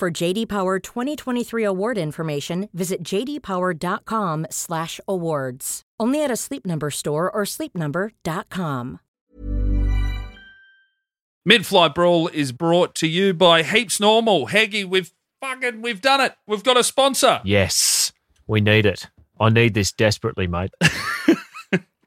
For JD Power 2023 award information, visit jdpower.com/awards. Only at a Sleep Number store or sleepnumber.com. Midfly Brawl is brought to you by Heaps Normal. Heggy, we've fucking we've done it. We've got a sponsor. Yes, we need it. I need this desperately, mate.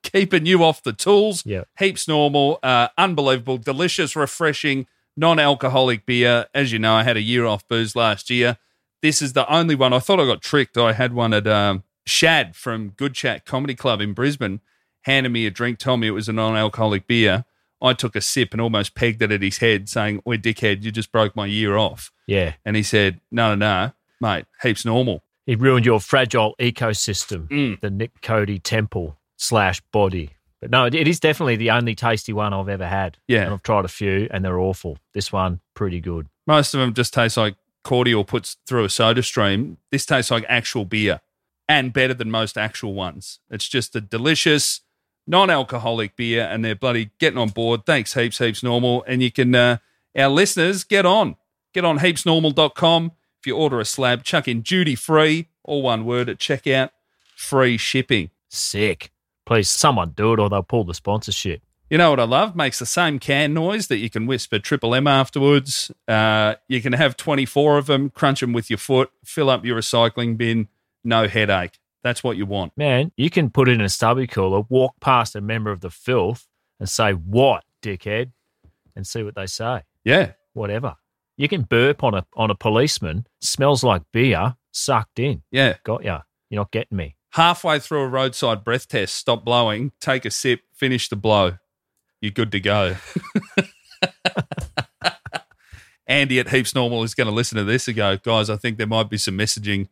Keeping you off the tools. Yeah. Heaps Normal, uh, unbelievable, delicious, refreshing, non-alcoholic beer. As you know, I had a year off booze last year. This is the only one. I thought I got tricked. I had one at um, Shad from Good Chat Comedy Club in Brisbane. Handed me a drink, told me it was a non-alcoholic beer. I took a sip and almost pegged it at his head, saying, "We're dickhead, you just broke my year off." Yeah, And he said, No, no, no, mate, heaps normal. it ruined your fragile ecosystem, Mm. the Nick Cody temple slash body. But no, it it is definitely the only tasty one I've ever had. Yeah. and I've tried a few, and they're awful. This one, pretty good. Most of them just taste like cordial puts through a soda stream. This tastes like actual beer and better than most actual ones. It's just a delicious, non alcoholic beer, and they're bloody getting on board. Thanks, heaps, heaps normal. And you can, uh, our listeners, get on. Get on heapsnormal.com. If you order a slab, chuck in duty free, all one word at checkout, free shipping. Sick. Please, someone do it, or they'll pull the sponsorship. You know what I love? Makes the same can noise that you can whisper triple M afterwards. Uh, you can have 24 of them, crunch them with your foot, fill up your recycling bin, no headache. That's what you want. Man, you can put in a stubby cooler, walk past a member of the filth, and say, "What, dickhead," and see what they say. Yeah. Whatever. You can burp on a on a policeman. Smells like beer sucked in. Yeah. Got ya. You're not getting me. Halfway through a roadside breath test, stop blowing, take a sip, finish the blow. You're good to go. Andy at Heaps Normal is going to listen to this and go, guys, I think there might be some messaging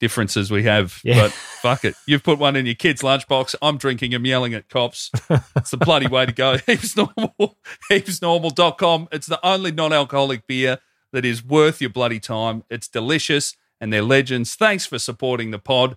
differences we have, Yeah. but fuck it. You've put one in your kid's lunchbox. I'm drinking and yelling at cops. It's the bloody way to go. Heaps Normal, heapsnormal.com. It's the only non alcoholic beer that is worth your bloody time. It's delicious and they're legends. Thanks for supporting the pod.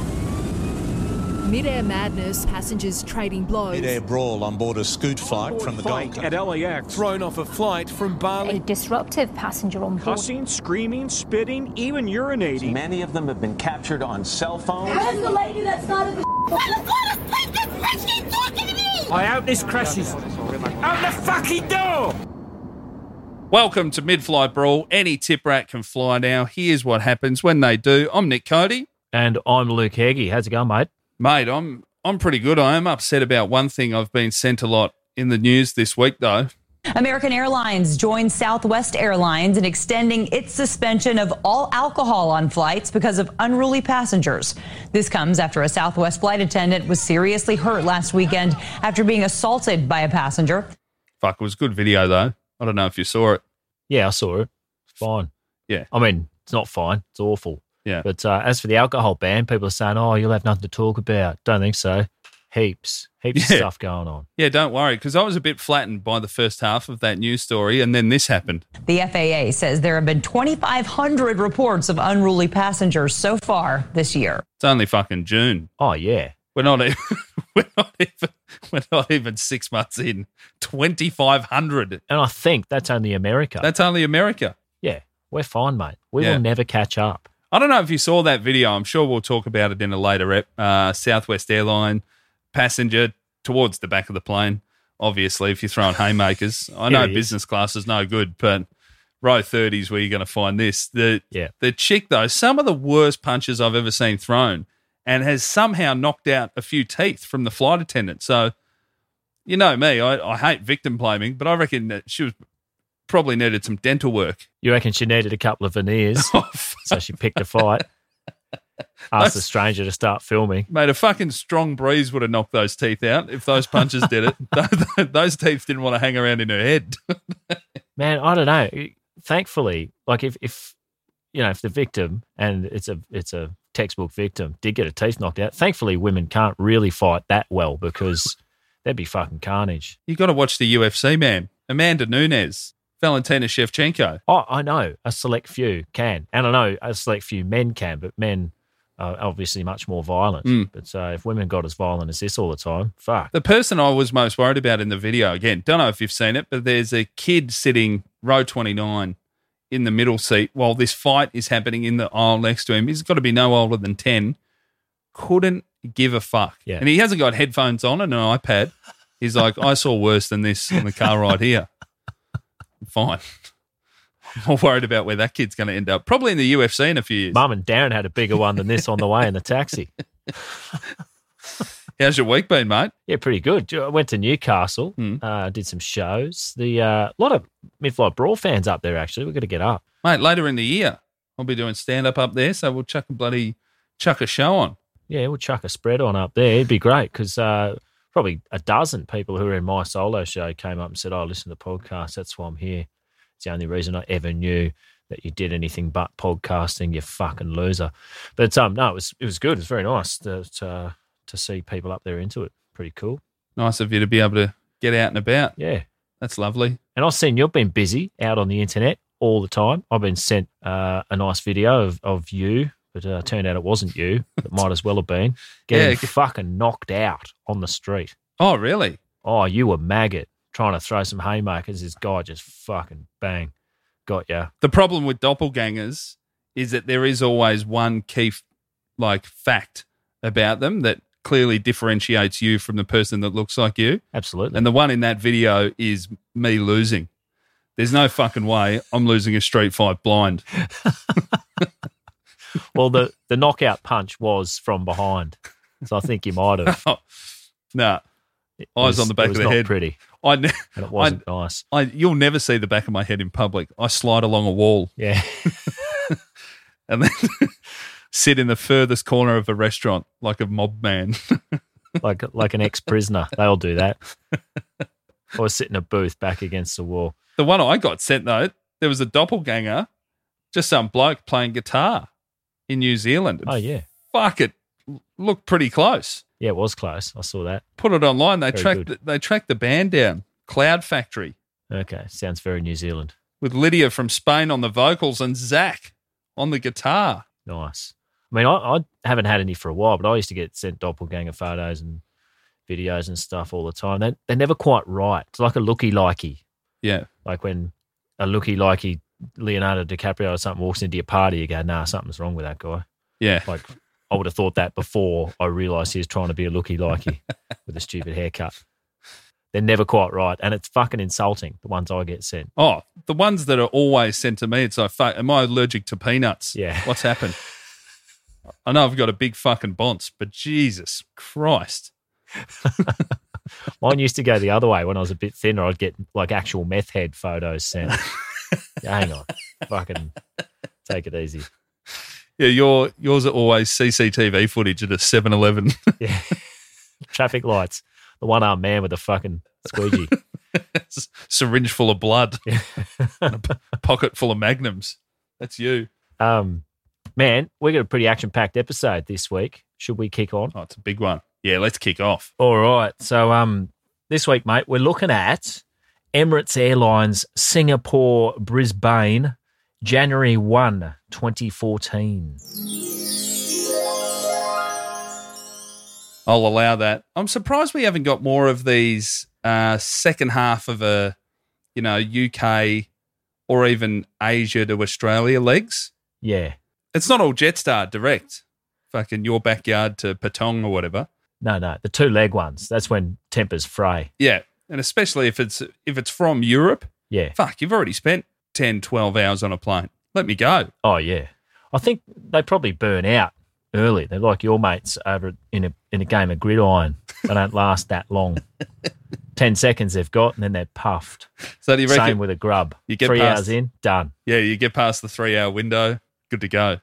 Midair madness, passengers trading blows. Mid-air brawl on board a scoot flight from the Gold fight Coast. at LAX. thrown off a flight from a Bali. disruptive passenger on board. Cussing, screaming, spitting, even urinating. Many of them have been captured on cell phones. Where's the lady that started the I hope this crashes. Out the fucking door! Welcome to Mid Flight Brawl. Any tip rat can fly now. Here's what happens when they do. I'm Nick Cody. And I'm Luke Heggie. How's it going, mate? Mate, I'm I'm pretty good. I am upset about one thing I've been sent a lot in the news this week though. American Airlines joined Southwest Airlines in extending its suspension of all alcohol on flights because of unruly passengers. This comes after a Southwest flight attendant was seriously hurt last weekend after being assaulted by a passenger. Fuck, it was a good video though. I don't know if you saw it. Yeah, I saw it. It's fine. Yeah. I mean, it's not fine. It's awful. Yeah. But uh, as for the alcohol ban, people are saying, oh, you'll have nothing to talk about. Don't think so. Heaps, heaps Yeah. of stuff going on. Yeah, don't worry, because I was a bit flattened by the first half of that news story, and then this happened. The FAA says there have been 2,500 reports of unruly passengers so far this year. It's only fucking June. Oh, yeah. We're not even. We're not even. We're not even six months in. Twenty five hundred. And I think that's only America. That's only America. yeah, we're fine, mate. We Yeah. will never catch up. I don't know if you saw that video. I'm sure we'll talk about it in a later ep. Uh, Southwest Airline passenger towards the back of the plane. Obviously, if you're throwing haymakers, I know Here he is. business class is no good, but row 30 is where you're going to find this. The Yeah. the chick though, some of the worst punches I've ever seen thrown, and has somehow knocked out a few teeth from the flight attendant. So, you know me, I, I hate victim blaming, but I reckon that she was probably needed some dental work. You reckon she needed a couple of veneers, so she picked a fight. Asked the stranger to start filming. Mate, a fucking strong breeze would have knocked those teeth out if those punches did it. those teeth didn't want to hang around in her head. Man, I don't know. Thankfully, like if if you know if the victim and it's a it's a textbook victim did get a teeth knocked out. Thankfully, women can't really fight that well because that'd be fucking carnage. you got to watch the UFC, man. Amanda Nunes, Valentina Shevchenko. Oh, I know a select few can, and I know a select few men can, but men are obviously much more violent. Mm. But so if women got as violent as this all the time, fuck. The person I was most worried about in the video, again, don't know if you've seen it, but there's a kid sitting row 29 in the middle seat while this fight is happening in the aisle next to him. He's got to be no older than 10. Couldn't give a fuck. Yeah. And he hasn't got headphones on and an iPad. He's like, I saw worse than this on the car ride here. Fine. I'm more worried about where that kid's going to end up. Probably in the UFC in a few years. Mum and Darren had a bigger one than this on the way in the taxi. How's your week been, mate? Yeah, pretty good. I went to Newcastle, Mm. uh, did some shows. The uh, lot of mid-flight brawl fans up there. Actually, we're going to get up. Mate, later in the year, I'll be doing stand up up there. So we'll chuck a bloody, chuck a show on. Yeah, we'll chuck a spread on up there. It'd be great because uh, probably a dozen people who were in my solo show came up and said, "Oh, listen to the podcast. That's why I'm here. It's the only reason I ever knew that you did anything but podcasting. You fucking loser." But um, no, it was it was good. It was very nice to to, to see people up there into it. Pretty cool. Nice of you to be able to get out and about. Yeah. That's lovely. And I've seen you've been busy out on the internet all the time. I've been sent uh, a nice video of, of you, but uh, turned out it wasn't you. It might as well have been. Getting Yeah, g- fucking knocked out on the street. Oh, really? Oh, you a maggot trying to throw some haymakers. This guy just fucking bang. Got ya. The problem with doppelgangers is that there is always one key, f- like, fact about them that clearly differentiates you from the person that looks like you. Absolutely. And the one in that video is me losing. There's no fucking way I'm losing a street fight blind. well, the, the knockout punch was from behind. So I think you might have. Oh, Nah, it Eyes was- on the back it was of the not head. pretty. I, ne- And it wasn't nice. I, you'll never see the back of my head in public. I slide along a wall Yeah. and then sit in the furthest corner of a restaurant like a mob man. like like an ex prisoner. They all do that. Or sit in a booth back against the wall. The one I got sent though, there was a doppelganger, just some bloke playing guitar in New Zealand. Oh yeah, Fuck it, looked pretty close. yeah, it was close. I saw that. Put it online. They Very tracked good. they tracked the band down. Cloud Factory Okay, sounds very New Zealand. with Lydia from Spain on the vocals and Zach on the guitar. Nice. I mean, I, I haven't had any for a while, but I used to get sent doppelganger photos and videos and stuff all the time. They they're never quite right. It's like a looky likey, Yeah, like when a looky likey Leonardo DiCaprio or something walks into your party, you go, nah, something's wrong with that guy. yeah. Like I would have thought that before I realised he was trying to be a looky likey with a stupid haircut. They're never quite right, and it's fucking insulting. The ones I get sent. Oh, the ones that are always sent to me. It's like, fuck, am I allergic to peanuts? Yeah. What's happened? I know I've got a big fucking bonce, but Jesus Christ. Mine used to go the other way when I was a bit thinner. I'd get like actual meth head photos sent. Yeah, Hang on, fucking take it easy. Yeah, your yours are always CCTV footage at a 7 Eleven. Yeah, traffic lights. The one armed man with a fucking squeegee. syringe full of blood, and a p- pocket full of magnums. That's you. Um, man, we got a pretty action packed episode this week. Should we kick on? Oh, it's a big one. Yeah, let's kick off. All right. So um this week, mate, we're looking at Emirates Airlines Singapore Brisbane January 1, 2014. I'll allow that. I'm surprised we haven't got more of these uh, second half of a, you know, UK or even Asia to Australia legs. Yeah. It's not all Jetstar direct. Fucking your backyard to Patong or whatever. No, no. The two leg ones. That's when tempers fray. Yeah, and especially if it's if it's from Europe. Yeah. Fuck, you've already spent 10, 12 hours on a plane. Let me go. Oh yeah. I think they probably burn out early. They're like your mates over in a in a game of gridiron. They don't last that long. Ten seconds they've got, and then they're puffed. So do you reckon? Same with a grub. you get Three past- hours in, done. yeah, you get past the three hour window, good to go.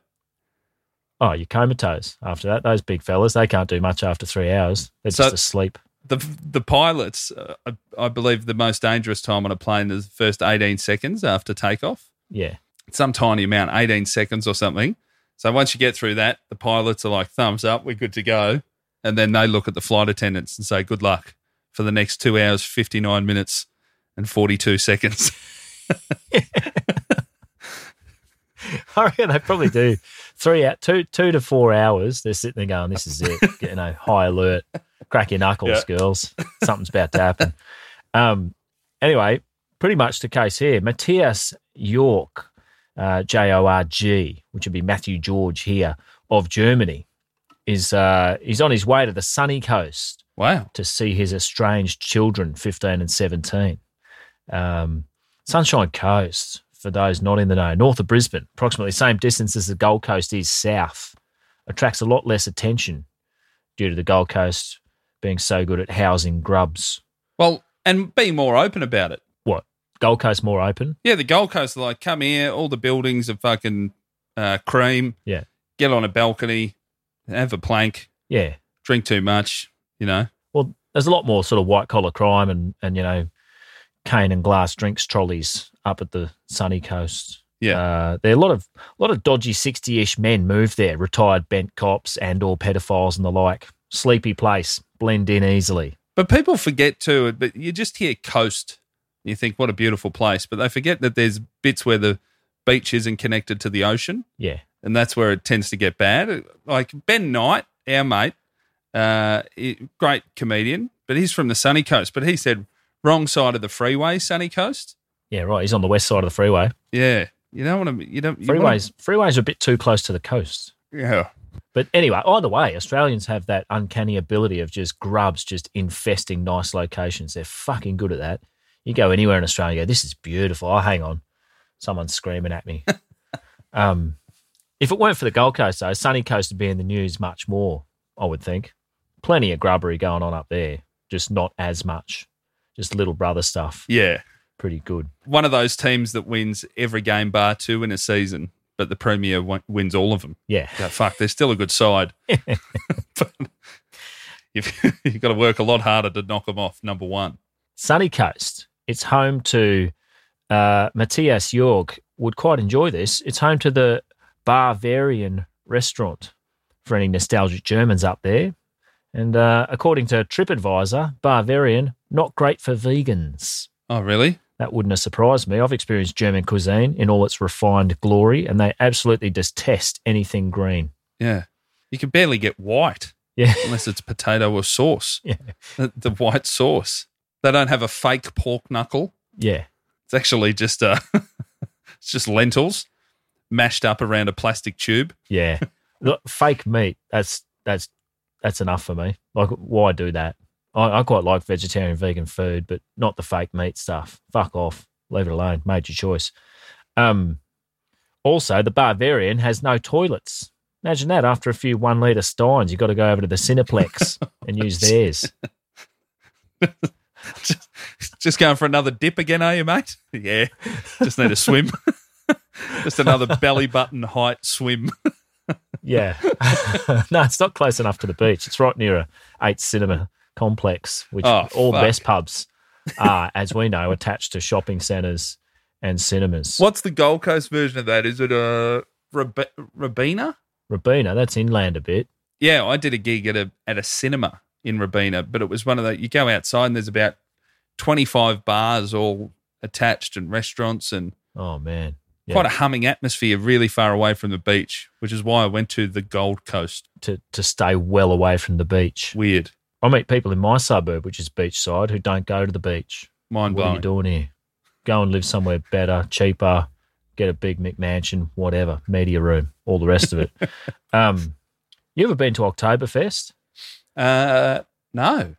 Oh, you're comatose after that. Those big fellas, they can't do much after three hours. They're So- just asleep. The the pilots, uh, I, I believe, the most dangerous time on a plane is the first eighteen seconds after takeoff. Yeah. some tiny amount, 18 seconds or something. So once you get through that, the pilots are like, thumbs up, we're good to go. And then they look at the flight attendants and say, good luck for the next two hours, 59 minutes and 42 seconds. I reckon they probably do three out two two to four hours. They're sitting there going, "This is it," you know, high alert, crack your knuckles, girls. Something's about to happen. Um, anyway, pretty much the case here. Matthias York, uh, J O R G, which would be Matthew George here of Germany, is uh, he's on his way to the sunny coast Wow. to see his estranged children, 15 and 17. Um, Sunshine Coast, for those not in the know, north of Brisbane, approximately the same distance as the Gold Coast is south, attracts a lot less attention due to the Gold Coast being so good at housing grubs. Well, and be more open about it. What? Gold Coast more open? Yeah, the Gold Coast are like, come here, all the buildings are fucking uh, cream. Yeah. Get on a balcony, have a plank, Yeah. drink too much, you know. Well, there's a lot more sort of white collar crime and, and, you know, cane and glass drinks trolleys up at the sunny coast. Yeah. Uh, there are a lot of a lot of dodgy sixty-ish men move there, retired bent cops and or pedophiles and the like. Sleepy place, blend in easily. But people forget too. But you just hear coast, and you think what a beautiful place. But they forget that there's bits where the beach isn't connected to the ocean, Yeah, and that's where it tends to get bad. Uh, Like Ben Knight, our mate, uh, he- great comedian, but he's from the sunny coast. But he said wrong side of the freeway, sunny coast. yeah, right. He's on the west side of the freeway. Yeah, you don't want to. You don't. You wanna- Freeways, freeways are a bit too close to the coast. yeah. But anyway, either way, Australians have that uncanny ability of just grubs just infesting nice locations. They're fucking good at that. You go anywhere in Australia, you go, this is beautiful. Oh, hang on. Someone's screaming at me. um, if it weren't for the Gold Coast, though, Sunny Coast would be in the news much more, I would think. Plenty of grubbery going on up there, just not as much. Just little brother stuff. Yeah. Pretty good. One of those teams that wins every game bar two in a season, but the Premier won- wins all of them. Yeah. go, fuck, they're still a good side. but you've, you've got to work a lot harder to knock them off, number one. Sunny Coast. It's home to uh, Matthias Jorg would quite enjoy this. It's home to the Bavarian restaurant for any nostalgic Germans up there. And uh, according to TripAdvisor, Bavarian, not great for vegans. Oh, really? That wouldn't have surprised me. I've experienced German cuisine in all its refined glory, and they absolutely detest anything green. Yeah. You can barely get white Yeah. unless it's potato or sauce. Yeah. The, the white sauce. They don't have a fake pork knuckle. Yeah. It's actually just uh, it's just lentils mashed up around a plastic tube. Yeah. Look, fake meat. That's that's that's enough for me. Like, why do that? I, I quite like vegetarian, vegan food, but not the fake meat stuff. Fuck off. Leave it alone. Made your choice. Um. Also, the Bavarian has no toilets. Imagine that. After a few one liter steins, you've got to go over to the Cineplex and use theirs. Just, just going for another dip again, are you, mate? Yeah. Just need a swim. just another belly button height swim. Yeah. no, it's not close enough to the beach. It's right near a eight cinema complex, which Oh, all fuck. best pubs are, as we know, attached to shopping centres and cinemas. What's the Gold Coast version of that? Is it a Rab- Rabina? Rabina, that's inland a bit. Yeah, I did a gig at a at a cinema in Rabina, but it was one of the you go outside and there's about twenty five bars all attached and restaurants and Oh man. Yeah. quite a humming atmosphere, really far away from the beach, which is why I went to the Gold Coast. to, to stay well away from the beach. Weird, I meet people in my suburb, which is beachside, who don't go to the beach. mind what are you blowing. doing here? Go and live somewhere better, cheaper, get a big McMansion, whatever, media room, all the rest of it. um, you ever been to Oktoberfest? Uh, no,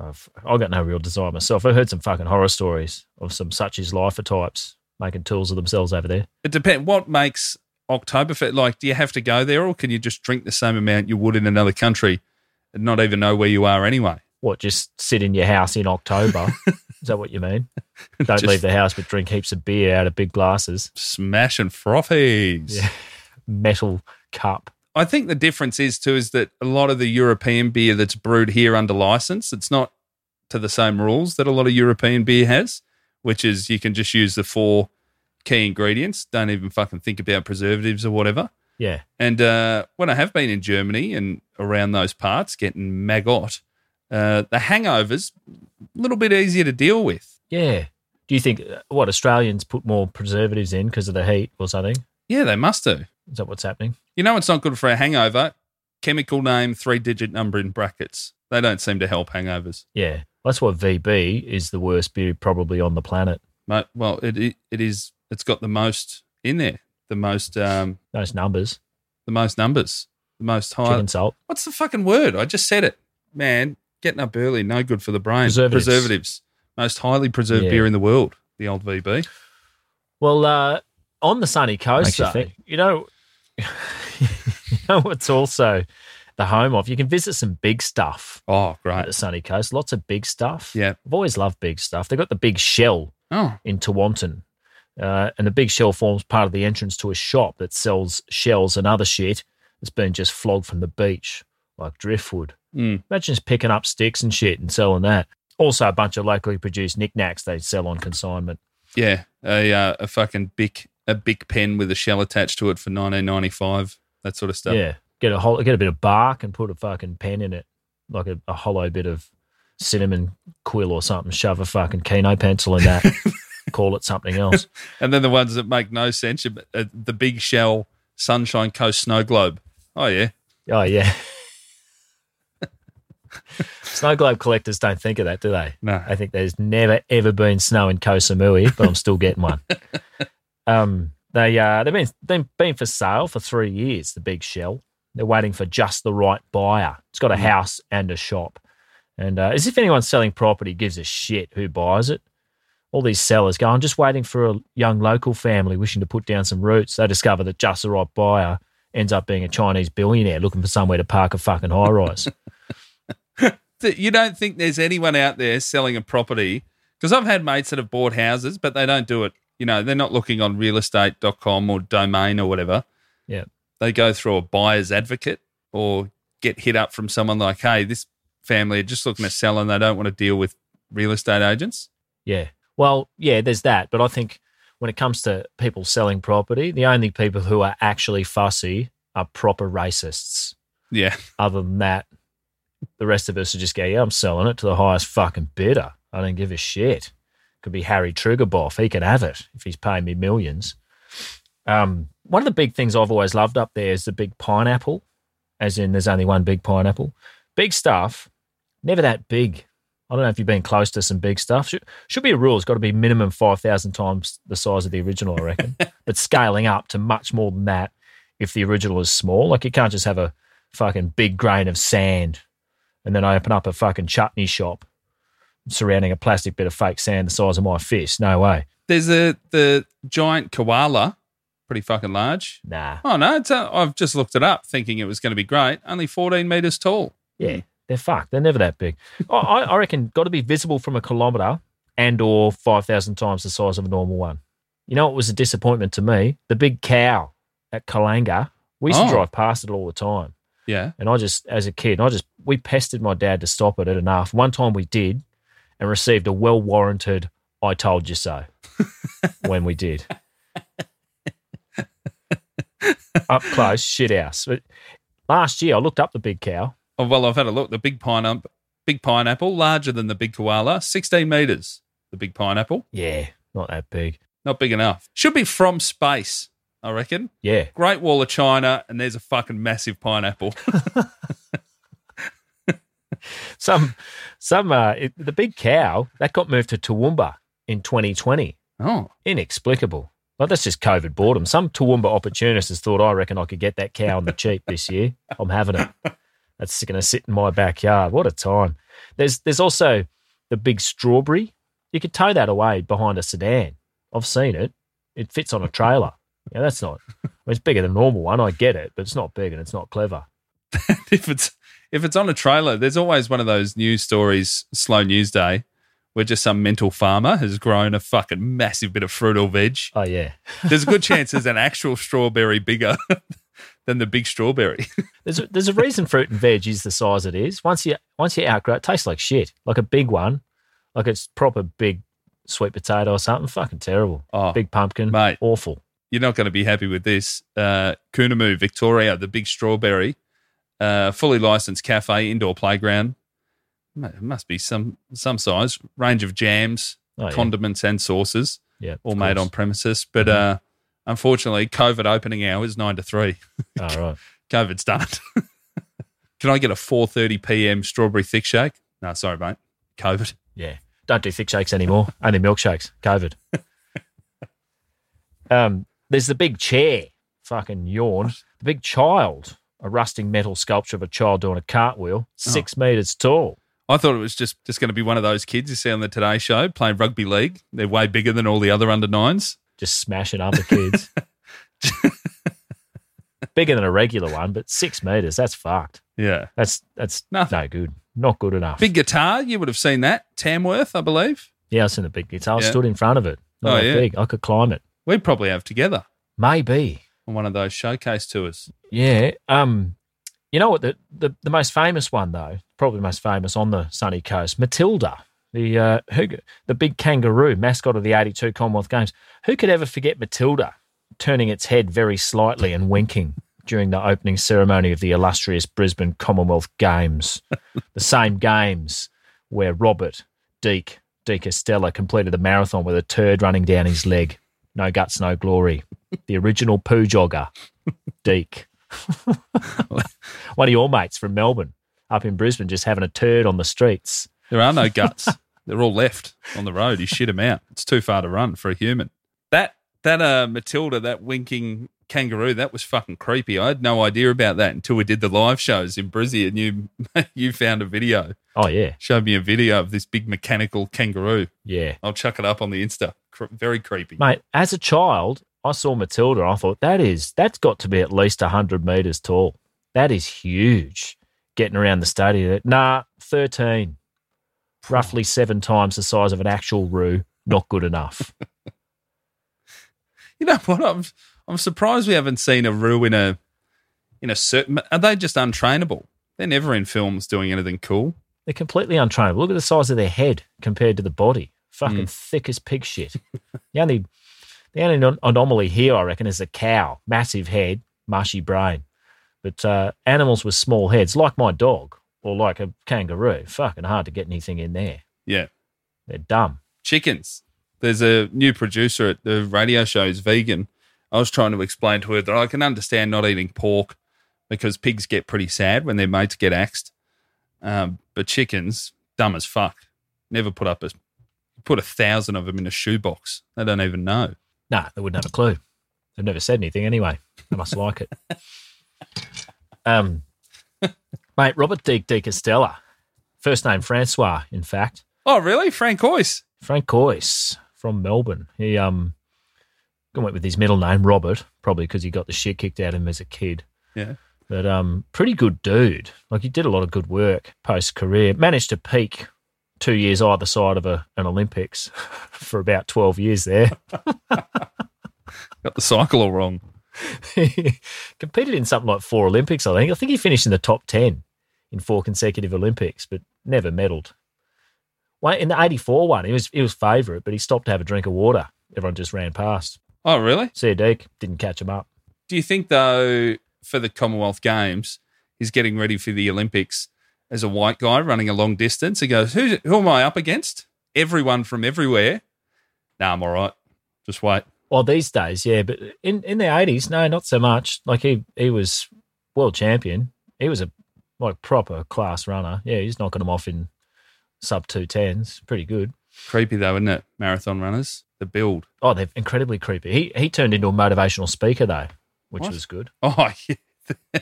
I've I got no real desire myself. I heard some fucking horror stories of some such is lifer types making tools of themselves over there. it depends. What makes Oktoberfest? Like, do you have to go there, or can you just drink the same amount you would in another country and not even know where you are anyway? What, just sit in your house in October? Is that what you mean? Don't Just- leave the house, but drink heaps of beer out of big glasses, Smashing frothies. Yeah. metal cup. I think the difference is too is that a lot of the European beer that's brewed here under license, it's not to the same rules that a lot of European beer has, which is you can just use the four key ingredients. Don't even fucking think about preservatives or whatever. Yeah. And uh, when I have been in Germany and around those parts, getting maggot, uh, the hangovers a little bit easier to deal with. Yeah. Do you think, uh, what, Australians put more preservatives in because of the heat or something? Yeah, they must do. Is that what's happening? You know, it's not good for a hangover. Chemical name, three digit number in brackets. They don't seem to help hangovers. Yeah. That's why VB is the worst beer probably on the planet. Mate, well, it, it it is. It's got the most in there. The most um Those numbers, the most numbers. The most high. chicken salt. What's the fucking word? I just said it. Man, getting up early, no good for the brain. Preservatives. Preservatives. Most highly preserved Yeah. beer in the world. The old VB. Well, uh, on the sunny coast, Makes you though, you, think. know, you know what's also the home of? You can visit some big stuff Oh, at great. the sunny coast. Lots of big stuff. Yeah. I've always loved big stuff. They've got the big shell Oh, in Tawantin. Uh, and the big shell forms part of the entrance to a shop that sells shells and other shit that's been just flogged from the beach, like driftwood. Hmm. Mm. Imagine just picking up sticks and shit and selling that. Also, a bunch of locally produced knickknacks they sell on consignment. yeah. A uh, a fucking bic a bic pen with a shell attached to it for 1995. That sort of stuff. Yeah, get a hol- get a bit of bark and put a fucking pen in it, like a, a hollow bit of cinnamon quill or something. Shove a fucking keno pencil in that. call it something else. And then the ones that make no sense. you- uh, The big shell Sunshine Coast snow globe. Oh yeah. Oh yeah. snow globe collectors don't think of that, do they? No. I think there's never ever been snow in Koh Samui, but I'm still getting one. um, they uh, they've been they've been for sale for three years. The big shell. They're waiting for just the right buyer. It's got a house and a shop, and uh, as if anyone selling property gives a shit who buys it. All these sellers go, I'm just waiting for a young local family wishing to put down some roots. They discover that just the right buyer ends up being a Chinese billionaire looking for somewhere to park a fucking high rise. that you don't think there's anyone out there selling a property because I've had mates that have bought houses, but they don't do it. You know, they're not looking on realestate.com or domain or whatever. Yeah. They go through a buyer's advocate or get hit up from someone like, hey, this family are just looking to sell and they don't want to deal with real estate agents. Yeah. Well, yeah, there's that. But I think when it comes to people selling property, the only people who are actually fussy are proper racists. Yeah. Other than that, the rest of us will just go, yeah, I'm selling it to the highest fucking bidder. I don't give a shit. Could be Harry Triggerboff. He could have it if he's paying me millions. Um, one of the big things I've always loved up there is the big pineapple, as in there's only one big pineapple. Big stuff, never that big. I don't know if you've been close to some big stuff. Should, should be a rule. It's got to be minimum 5,000 times the size of the original, I reckon. but scaling up to much more than that if the original is small. Like you can't just have a fucking big grain of sand and then open up a fucking chutney shop surrounding a plastic bit of fake sand the size of my fist. No way. There's a the giant koala, pretty fucking large. Nah. Oh no, it's a, I've just looked it up thinking it was going to be great. Only 14 meters tall. Yeah, they're fucked. They're never that big. I, I I reckon got to be visible from a kilometre and or 5,000 times the size of a normal one. You know what was a disappointment to me? The big cow at Kalanga. We used Oh. to drive past it all the time. Yeah. And I just, as a kid, I just, we pestered my dad to stop it at enough. One time we did and received a well warranted, I told you so when we did. Up close, shit house. But last year, I looked up the big cow. Oh, well, I've had a look. The big pineapple, big pineapple, larger than the big koala, sixteen meters. The big pineapple, Yeah, not that big. not big enough. Should be from space, I reckon. Yeah, Great Wall of China, and there's a fucking massive pineapple. some, some. Uh, it, the big cow that got moved to Toowoomba in 2020. oh, Inexplicable. Like that's just COVID boredom. Some Toowoomba opportunist has thought, I reckon I could get that cow on the cheap this year. I'm having it. That's going to sit in my backyard. What a time. There's there's also the big strawberry. You could tow that away behind a sedan. I've seen it. It fits on a trailer. Yeah, that's not. I mean, it's bigger than normal one. I get it, but it's not big and it's not clever. if it's if it's on a trailer, there's always one of those news stories, slow news day, where just some mental farmer has grown a fucking massive bit of fruit or veg. Oh yeah, There's a good chance there's an actual strawberry bigger than the big strawberry. there's a, there's a reason fruit and veg is the size it is. Once you once you outgrow it, it tastes like shit. Like a big one, like it's proper big sweet potato or something. Fucking terrible. Oh, big pumpkin, mate. Awful. You're not going to be happy with this. Uh, Coonamoo, Victoria, the big strawberry, uh, fully licensed cafe, indoor playground. Mu- It must be some some size range of jams, Oh, yeah. condiments, and sauces, Yeah, all of made on course. Mm-hmm. premises. But uh, unfortunately, COVID opening hours nine to three. All right. COVID's done it. Can I get a 4:30 p.m. strawberry thick shake? No, sorry, mate. COVID. Yeah. Don't do thick shakes anymore. Only milkshakes. COVID. um, there's the big chair. Fucking yawn. The big child. A rusting metal sculpture of a child doing a cartwheel, six Oh. meters tall. I thought it was just just going to be one of those kids you see on the Today Show playing rugby league. They're way bigger than all the other under nines. just smashing other kids. Bigger than a regular one, but six meters. That's fucked. Yeah, That's that's Nothing. no good. Not good enough. big guitar. You would have seen that Tamworth, I believe. yeah, I seen the big guitar. I Yeah. Stood in front of it. Not Oh, that yeah. big. I could climb it. We probably have together Maybe. on one of those showcase tours. Yeah. Um. You know what? The the, the most famous one though, probably the most famous on the sunny coast, Matilda. The uh, who, could- the big kangaroo mascot of the '82 Commonwealth Games. Who could ever forget Matilda turning its head very slightly and winking during the opening ceremony of the illustrious Brisbane Commonwealth Games? the same games where Robert Deke Deke Estella completed the marathon with a turd running down his leg. No guts, no glory. The original poo jogger, Deke. One of your mates from Melbourne, up in Brisbane, just having a turd on the streets. There are no guts. They're all left on the road. You shit them out. It's too far to run for a human. That that uh Matilda, that winking kangaroo, that was fucking creepy. I had no idea about that until we did the live shows in Brizzy and you you found a video. Oh yeah, Showed me a video of this big mechanical kangaroo. yeah, I'll chuck it up on the Insta. Cre- very creepy. mate. As a child, I saw Matilda. and I thought that is that's got to be at least hundred meters tall. That is huge. Getting around the stadium, nah, thirteen, roughly seven times the size of an actual roo. Not good enough. You know what? I'm I'm surprised we haven't seen a roo in a in a certain. Are they just untrainable? They're never in films doing anything cool. They're completely untrainable. Look at the size of their head compared to the body. Fucking thick as pig shit. the only the only anom- anomaly here, I reckon, is the cow. Massive head, mushy brain. But uh, animals with small heads, like my dog or like a kangaroo, fucking hard to get anything in there. Yeah. They're dumb. chickens. There's a new producer at the radio show who's vegan. I was trying to explain to her that I can understand not eating pork because pigs get pretty sad when their mates get axed. Um, but chickens, dumb as fuck. Never put up a put a thousand of them in a shoebox. They don't even know. Nah, they wouldn't have a clue. They've never said anything anyway. They must like it. Um, mate, Robert Deke De Castella, first name Francois, in fact. Oh, really? Frank Hoyce? Frank Coyce from Melbourne. He um went with his middle name Robert, probably because he got the shit kicked out of him as a kid. Yeah. But um, pretty good dude. Like he did a lot of good work post career. Managed to peak two years either side of a, an Olympics for about twelve years there. Got the cycle all wrong. Competed in something like four Olympics, I think. I think he finished in the top ten in four consecutive Olympics, but never medalled. Well, in the '84 one, he was he was favourite, but he stopped to have a drink of water. Everyone just ran past. Oh, really? See you, Deke. Didn't catch him up. Do you think though for the Commonwealth Games, he's getting ready for the Olympics as a white guy running a long distance? He goes, "Who, who am I up against? Everyone from everywhere." Nah, I'm all right. Just wait. Well, these days, yeah, but in, in the eighties, no, not so much. Like he he was world champion. He was a like proper class runner. Yeah, he's knocking them off in sub two tens. Pretty good. Creepy though, isn't it? Marathon runners, the build. Oh, they're incredibly creepy. He he turned into a motivational speaker though, which What? was good. Oh, yeah.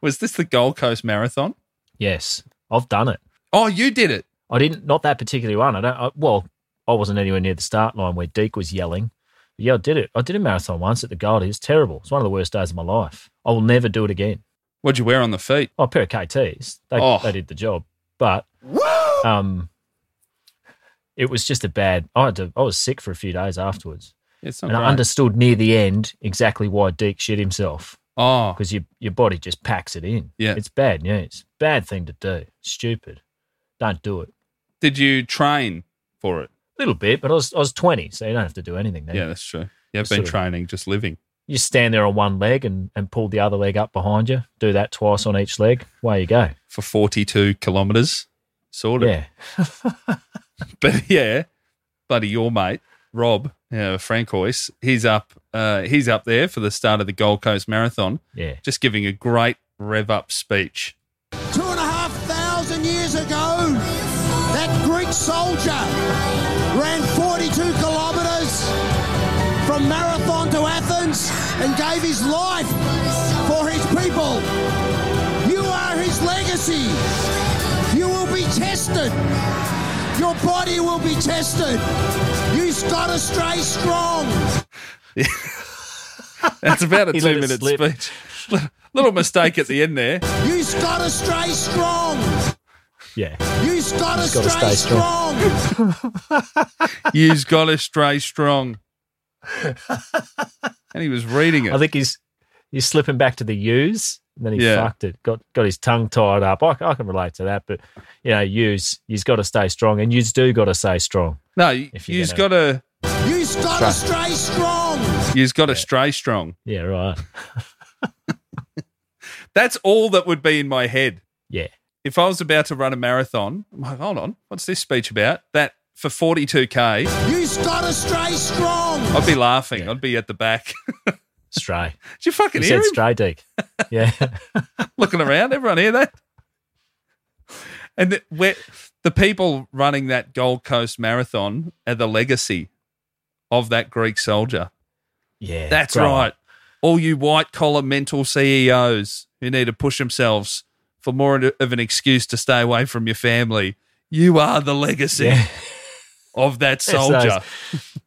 was this the Gold Coast Marathon? Yes, I've done it. Oh, you did it. I didn't not that particular one. I don't. I, well, I wasn't anywhere near the start line where Deke was yelling. yeah, I did it. I did a marathon once at the Gold. It's terrible. It's one of the worst days of my life. I will never do it again. What'd you wear on the feet? Oh, a pair of KTs. They, Oh. they did the job, but um, it was just a bad. I had to, I was sick for a few days afterwards, It's not and Oh, great. I understood near the end exactly why Deke shit himself oh, because your your body just packs it in. Yeah. it's bad news. Bad thing to do. Stupid. Don't do it. did you train for it? A little bit, but I was I was twenty, so you don't have to do anything Yeah, there. that's true. You have It's been sort of- training, just living. you stand there on one leg and, and pull the other leg up behind you. Do that twice on each leg. Away you go. for 42 kilometres, sort of. Yeah. But yeah, buddy, your mate, Rob uh, Francois, he's up, uh, he's up there for the start of the Gold Coast Marathon, Yeah. just giving a great rev up speech. Two and a half thousand years ago, that Greek soldier ran 42 kilometres from Marathon to Athens and gave his life for his people. You are his legacy. You will be tested. Your body will be tested. You've got to stay strong. That's about a He let two it minute slip. speech. Little mistake at the end there. You've got to stay strong. Yeah. You've got to He's gotta stay stay strong. strong. You've got to stay strong. And he was reading it. I think he's he's slipping back to the U's and then he Yeah. fucked it. Got got his tongue tied up. I, I can relate to that, but you know, U's you's got to stay strong and you's do got to stay strong. no, you- if you're you've got gonna- to, You've got to stay strong. you've got to stay strong. Yeah, right. That's all that would be in my head. Yeah. if I was about to run a marathon, I'm like, hold on, what's this speech about? That for 42K, You've got to stay strong. I'd be laughing. Yeah. I'd be at the back. Stray. Did you fucking He hear said him? stray Deke. Yeah. Looking around, everyone hear that? And the, where, the people running that Gold Coast Marathon are the legacy of that Greek soldier. Yeah. That's grow right. up. All you white collar mental CEOs who need to push themselves for more of an excuse to stay away from your family, you are the legacy Yeah. of that those- soldier.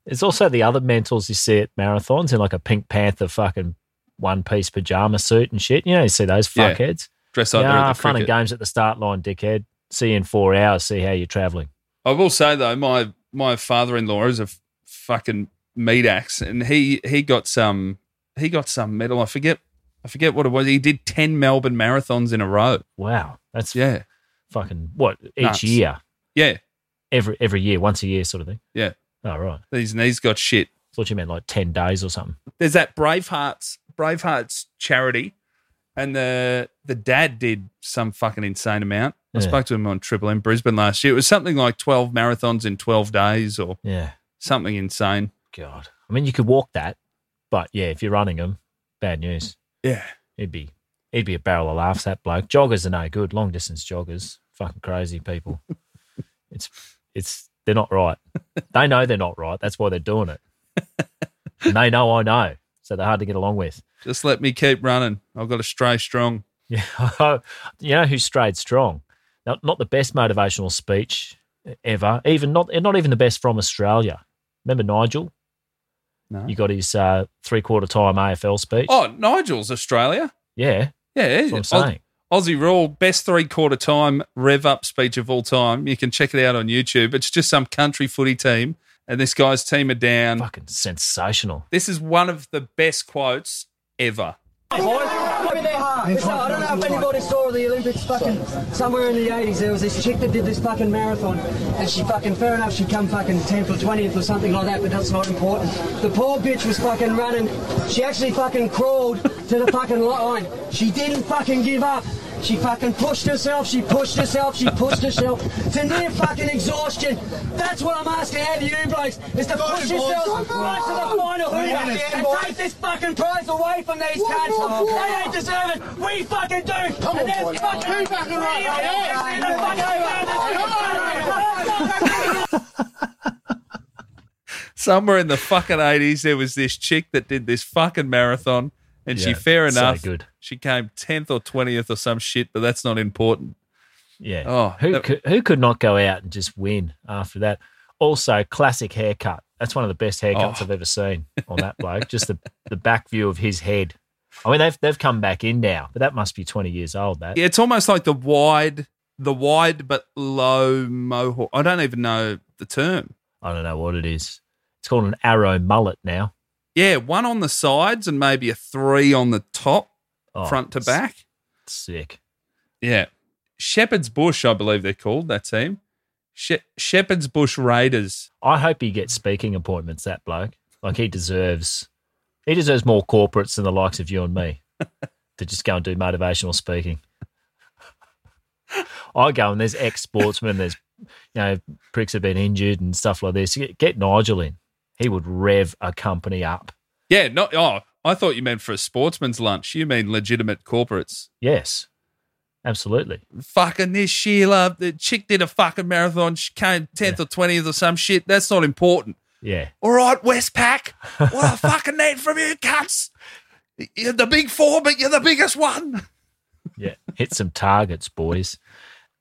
It's also the other mentals you see at marathons in like a Pink Panther fucking one piece pajama suit and shit. You know, you see those Yeah. fuckheads. Dress Yeah, up there at the fun and cricket. games at the start line, dickhead. See you in four hours, see how you're traveling. I will say though, my my father in law is a f- fucking meat axe, and he he got some he got some medal. I forget I forget what it was. He did ten Melbourne marathons in a row. Wow. That's Yeah, fucking what? Each Nuts. year. yeah, Every every year, once a year sort of thing. yeah. Oh right. These knees got shit. Thought you meant like ten days or something. There's that Bravehearts Bravehearts charity, and the the dad did some fucking insane amount. I Yeah. spoke to him on Triple M Brisbane last year. It was something like twelve marathons in twelve days or Yeah. something insane. God. I mean you could walk that, but yeah, if you're running them, bad news. Yeah. It'd be it'd be a barrel of laughs, that bloke. Joggers are no good, long distance joggers. Fucking crazy people. it's it's they're not right. They know they're not right. That's why they're doing it. and they know I know. So they're hard to get along with. Just let me keep running. I've got to stray strong. Yeah, you know who strayed strong. Now, not the best motivational speech ever. Even not and not even the best from Australia. Remember Nigel? No. You got his uh, three quarter time AFL speech. Oh, Nigel's Australia. yeah, Yeah, that's what I'm Aus- saying. Aussie rule, best three quarter time rev up speech of all time. You can check it out on YouTube. It's just some country footy team, and this guy's team are down. Fucking sensational. This is one of the best quotes ever. I don't know if anybody saw the Olympics fucking somewhere in the 80s. There was this chick that did this fucking marathon, and she fucking, fair enough, she'd come fucking 10th or 20th or something like that, but that's not important. The poor bitch was fucking running. She actually fucking crawled to the fucking line. She didn't fucking give up. She fucking pushed herself, she pushed herself, she pushed herself to near fucking exhaustion. That's what I'm asking out of you blokes, is to push yourselves right to the final hooter and take this fucking prize away from these cunts. They ain't deserve it. We fucking do. Come on, boys. Fucking fucking right. Somewhere in the fucking eighties, there was this chick that did this fucking marathon, and she Yeah, fair so enough, good. she came tenth or twentieth or some shit, but that's not important. Yeah. Oh, who that- could, who could not go out and just win after that? Also, classic haircut. That's one of the best haircuts Oh. I've ever seen on that bloke. Just the, the back view of his head. I mean, they've they've come back in now, but that must be twenty years old. That It's almost like the wide, the wide but low mohawk. I don't even know the term. I don't know what it is. It's called an arrow mullet now. Yeah, one on the sides and maybe a three on the top, Oh, front to s- back. Sick. Yeah. Shepherd's Bush, I believe they're called, that team. She- Shepherd's Bush Raiders. I hope he gets speaking appointments. That bloke, like he deserves, he deserves more corporates than the likes of you and me to just go and do motivational speaking. I go and there's ex sportsmen, there's you know pricks have been injured and stuff like this. Get, get Nigel in; he would rev a company up. Yeah, not oh, I thought you meant for a sportsman's lunch. You mean legitimate corporates. Yes, absolutely. Fucking this Sheila, the chick did a fucking marathon, she came 10th or 20th or some shit. That's not important. Yeah, All right, Westpac, what I fucking need from you, cunts. You're the big four, but you're the biggest one. yeah. Hit some targets, boys.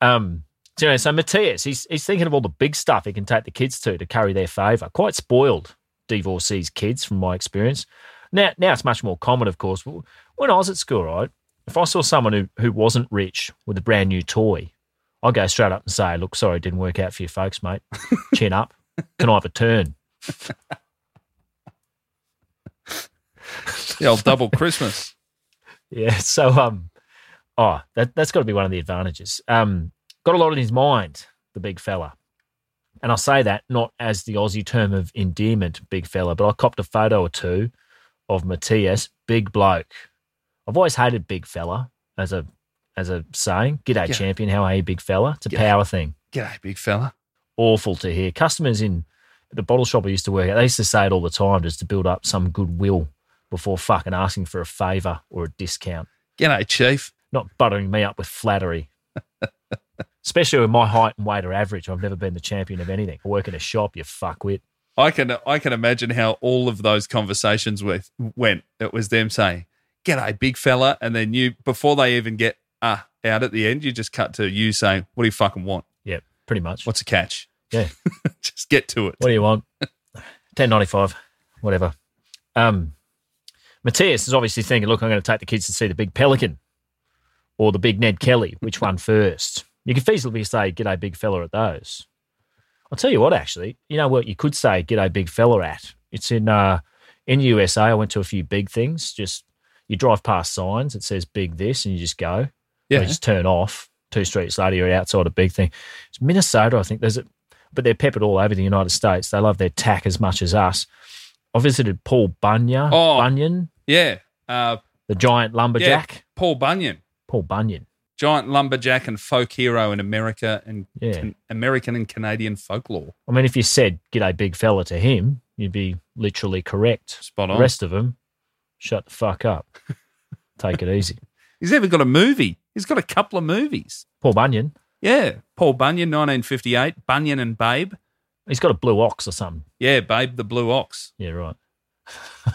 Um, so, anyway, so Matthias, he's he's thinking of all the big stuff he can take the kids to to curry their favour. Quite spoiled divorcees kids, from my experience. Now, now it's much more common, of course. But When I was at school, right, if I saw someone who, who wasn't rich with a brand new toy, I'd go straight up and say, "Look, sorry, it didn't work out for you, folks, mate. Chin up. Can I have a turn?" The old double Christmas. Yeah. So, um, oh, that that's got to be one of the advantages. Um, got a lot in his mind, the big fella, and I say that not as the Aussie term of endearment, big fella, but I copped a photo or two of Matthias, big bloke. I've always hated big fella as a as a saying. G'day, Yeah. champion. How are you, big fella? It's a power thing. G'day, big fella. Awful to hear. Customers in the bottle shop I used to work at, they used to say it all the time just to build up some goodwill before fucking asking for a favour or a discount G'day, chief. not buttering me up with flattery. Especially when my height and weight are average. I've never been the champion of anything. I work in a shop, you fuckwit. I can I can imagine how all of those conversations with went. It was them saying, "G'day, big fella," and then you before they even get ah out at the end, you just cut to you saying, "What do you fucking want? Yeah, pretty much. What's a catch? yeah. just get to it." What do you want? Ten ninety five, whatever. Um, Matthias is obviously thinking, look, I'm going to take the kids to see the big pelican or the big Ned Kelly. Which one first? You could feasibly say, "G'day, big fella," at those. I'll tell you what, actually, you know what? You could say, "G'day, big fella." At it's in uh, in the USA. I went to a few big things. Just you drive past signs that says "big this," and you just go. Or Yeah, you just turn off. Two streets later, you're outside a big thing. It's Minnesota, I think. There's a, but they're peppered all over the United States. They love their tack as much as us. I visited Paul Bunyan, Oh. Bunyan, yeah. Uh, the giant yeah, lumberjack. Paul Bunyan, Paul Bunyan. giant lumberjack and folk hero in America and Yeah. can- American and Canadian folklore. I mean, if you said "g'day, big fella" to him, you'd be literally correct. Spot The on. rest of them, shut the fuck up. Take it easy. He's even got a movie. He's got a couple of movies. Paul Bunyan. Yeah, Paul Bunyan, 1958, Bunyan and Babe. He's got a blue ox or something. Yeah, Babe the Blue Ox. Yeah, right.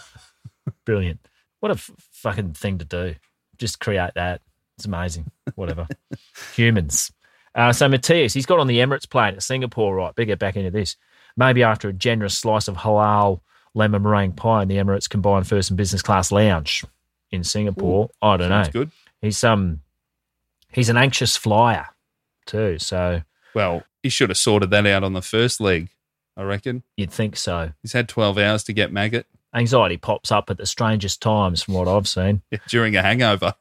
Brilliant. What a f- fucking thing to do. Just create that. It's amazing. Whatever. Humans. Uh, so Matthias, he's got on the Emirates plane at Singapore, right? Better get back into this. Maybe after a generous slice of halal lemon meringue pie in the Emirates combined first and business class lounge in Singapore. I don't Sounds know. good. He's um, he's an anxious flyer too. So Well, he should have sorted that out on the first leg, I reckon. you'd think so. He's had 12 hours to get maggot Anxiety pops up at the strangest times, from what I've seen. during a hangover.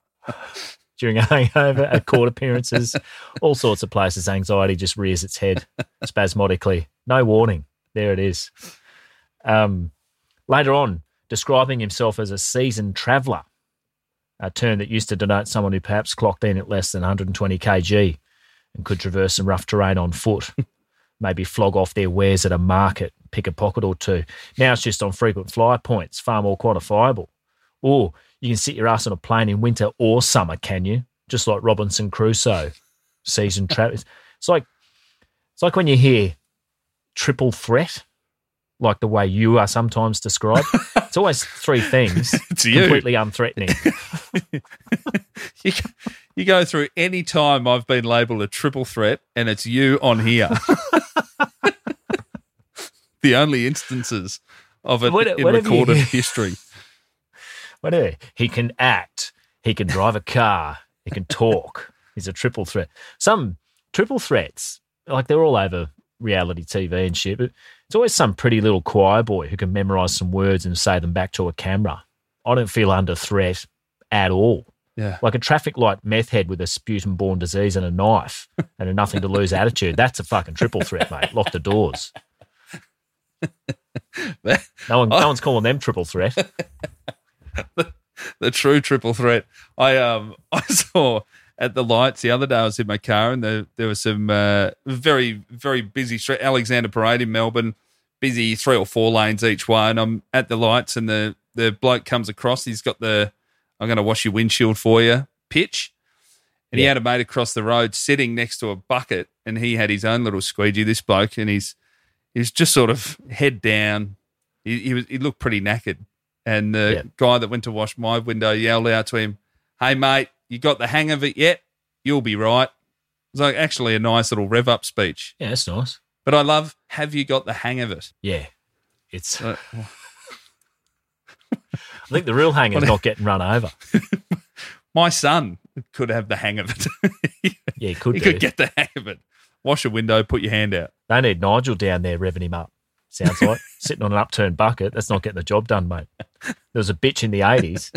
during a hangover, at court appearances, all sorts of places. Anxiety just rears its head spasmodically. No warning. There it is. Um, later on, describing himself as a seasoned traveller, a term that used to denote someone who perhaps clocked in at less than 120 kg and could traverse some rough terrain on foot, maybe flog off their wares at a market, pick a pocket or two. Now it's just on frequent flyer points, far more quantifiable. Or you can sit your ass on a plane in winter or summer, can you? Just like Robinson Crusoe, season trap. It's it's like it's like when you hear triple threat, like the way you are sometimes described. it's always three things, It's you. completely unthreatening. You go, you go through any time I've been labeled a triple threat, and it's you on here. the only instances of it What- in what have recorded you- history. Whatever. He can act. He can drive a car. He can talk. He's a triple threat. Some triple threats, like they're all over reality TV and shit, but it's always some pretty little choir boy who can memorize some words and say them back to a camera. I don't feel under threat at all. Yeah. Like a traffic light meth head with a sputum born disease and a knife and a nothing to lose attitude. That's a fucking triple threat, mate. Lock the doors. No, one, no one's calling them triple threat. the true triple threat. I um I saw at the lights the other day. I was in my car and there there was some uh, very very busy street. Alexander Parade in Melbourne, busy three or four lanes each way. And I'm at the lights and the the bloke comes across. He's got the I'm going to wash your windshield for you pitch. And he Yeah. had a mate across the road sitting next to a bucket, and he had his own little squeegee. This bloke, and he's he's just sort of head down. He, he was he looked pretty knackered, and the Yeah. guy that went to wash my window yelled out to him, "Hey mate, you got the hang of it yet? You'll be right." It's like actually a nice little rev up speech, Yeah, that's nice. but I love "Have you got the hang of it?" Yeah. It's. Uh, I think the real hang is not getting run over. My son could have the hang of it. Yeah, he could he do. could get the hang of it. Wash a window, put your hand out. They need Nigel down there revving him up. Sounds like sitting on an upturned bucket. That's not getting the job done, mate. There was a bitch in the eighties.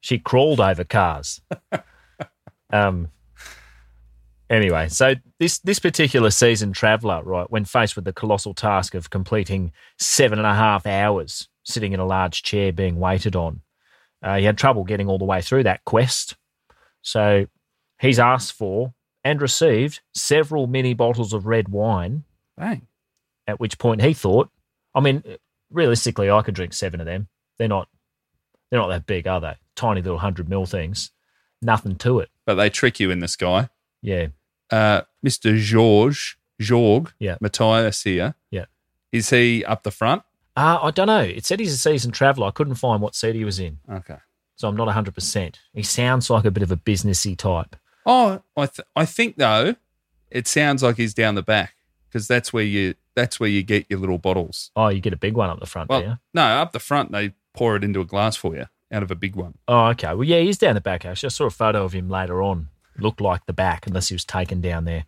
She crawled over cars. Um. Anyway, so this this particular season traveller, right, when faced with the colossal task of completing seven and a half hours sitting in a large chair being waited on, uh, he had trouble getting all the way through that quest. So he's asked for and received several mini bottles of red wine Bang. at which point he thought, I mean, realistically, I could drink seven of them. They're not, they're not that big, are they? Tiny little hundred mil things, nothing to it. But they trick you in the sky. Yeah, uh, Mr. George, Jorg, Yeah. Matthias here. Yeah. Is he up the front? uh, I don't know. It said he's a seasoned traveller. I couldn't find what seat he was in, Okay. so I'm not hundred percent. He sounds like a bit of a businessy type. Oh, I th- I think though, it sounds like he's down the back because that's where you that's where you get your little bottles. Oh, you get a big one up the front Well, there. no, up the front they pour it into a glass for you out of a big one. Oh, okay. Well, yeah, he's down the back. Actually, I saw a photo of him later on. Looked like the back, unless he was taken down there.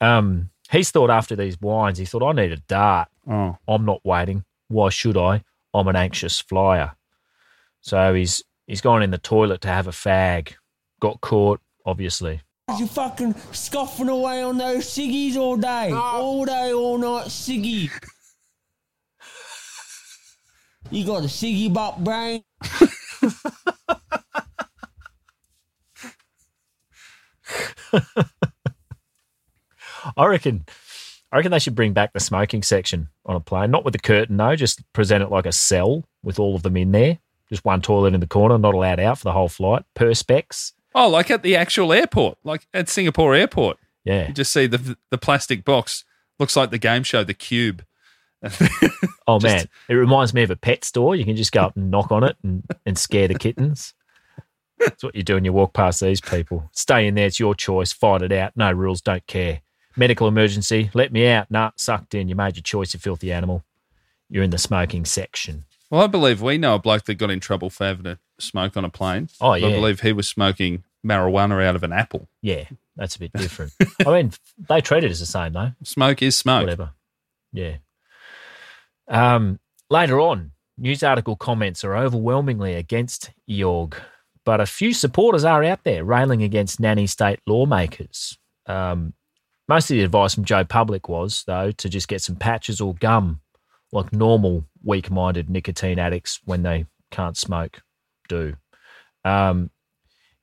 Um, he's thought after these wines, he thought I need a dart. Oh, I'm not waiting. Why should I? I'm an anxious flyer. So he's he's gone in the toilet to have a fag. Got caught, obviously. You fucking scoffing away on those ciggies all day, all day, all night, ciggy. you got a ciggy butt brain. I reckon I reckon they should bring back the smoking section on a plane. Not with the curtain though, just present it like a cell with all of them in there. Just one toilet in the corner, not allowed out for the whole flight. Perspex. oh, like at the actual airport, like at Singapore airport. Yeah. You just see the the plastic box. Looks like the game show, the cube. Oh Just- man, it reminds me of a pet store. You can just go up and knock on it and, and scare the kittens. That's what you do when you walk past these people. Stay in there. It's your choice. Fight it out. No rules. Don't care. Medical emergency. Let me out. Nah, sucked in. You made your choice. You filthy animal. You're in the smoking section. Well, I believe we know a bloke that got in trouble for having a smoke on a plane. Oh, I yeah. believe he was smoking marijuana out of an apple. Yeah, that's a bit different. I mean, they treat it as the same though. Smoke is smoke. whatever. Yeah. Um, later on, news article comments are overwhelmingly against Yorg, but a few supporters are out there railing against nanny state lawmakers. Um, most of the advice from Joe Public was, though, to just get some patches or gum, like normal weak minded nicotine addicts when they can't smoke do. Um,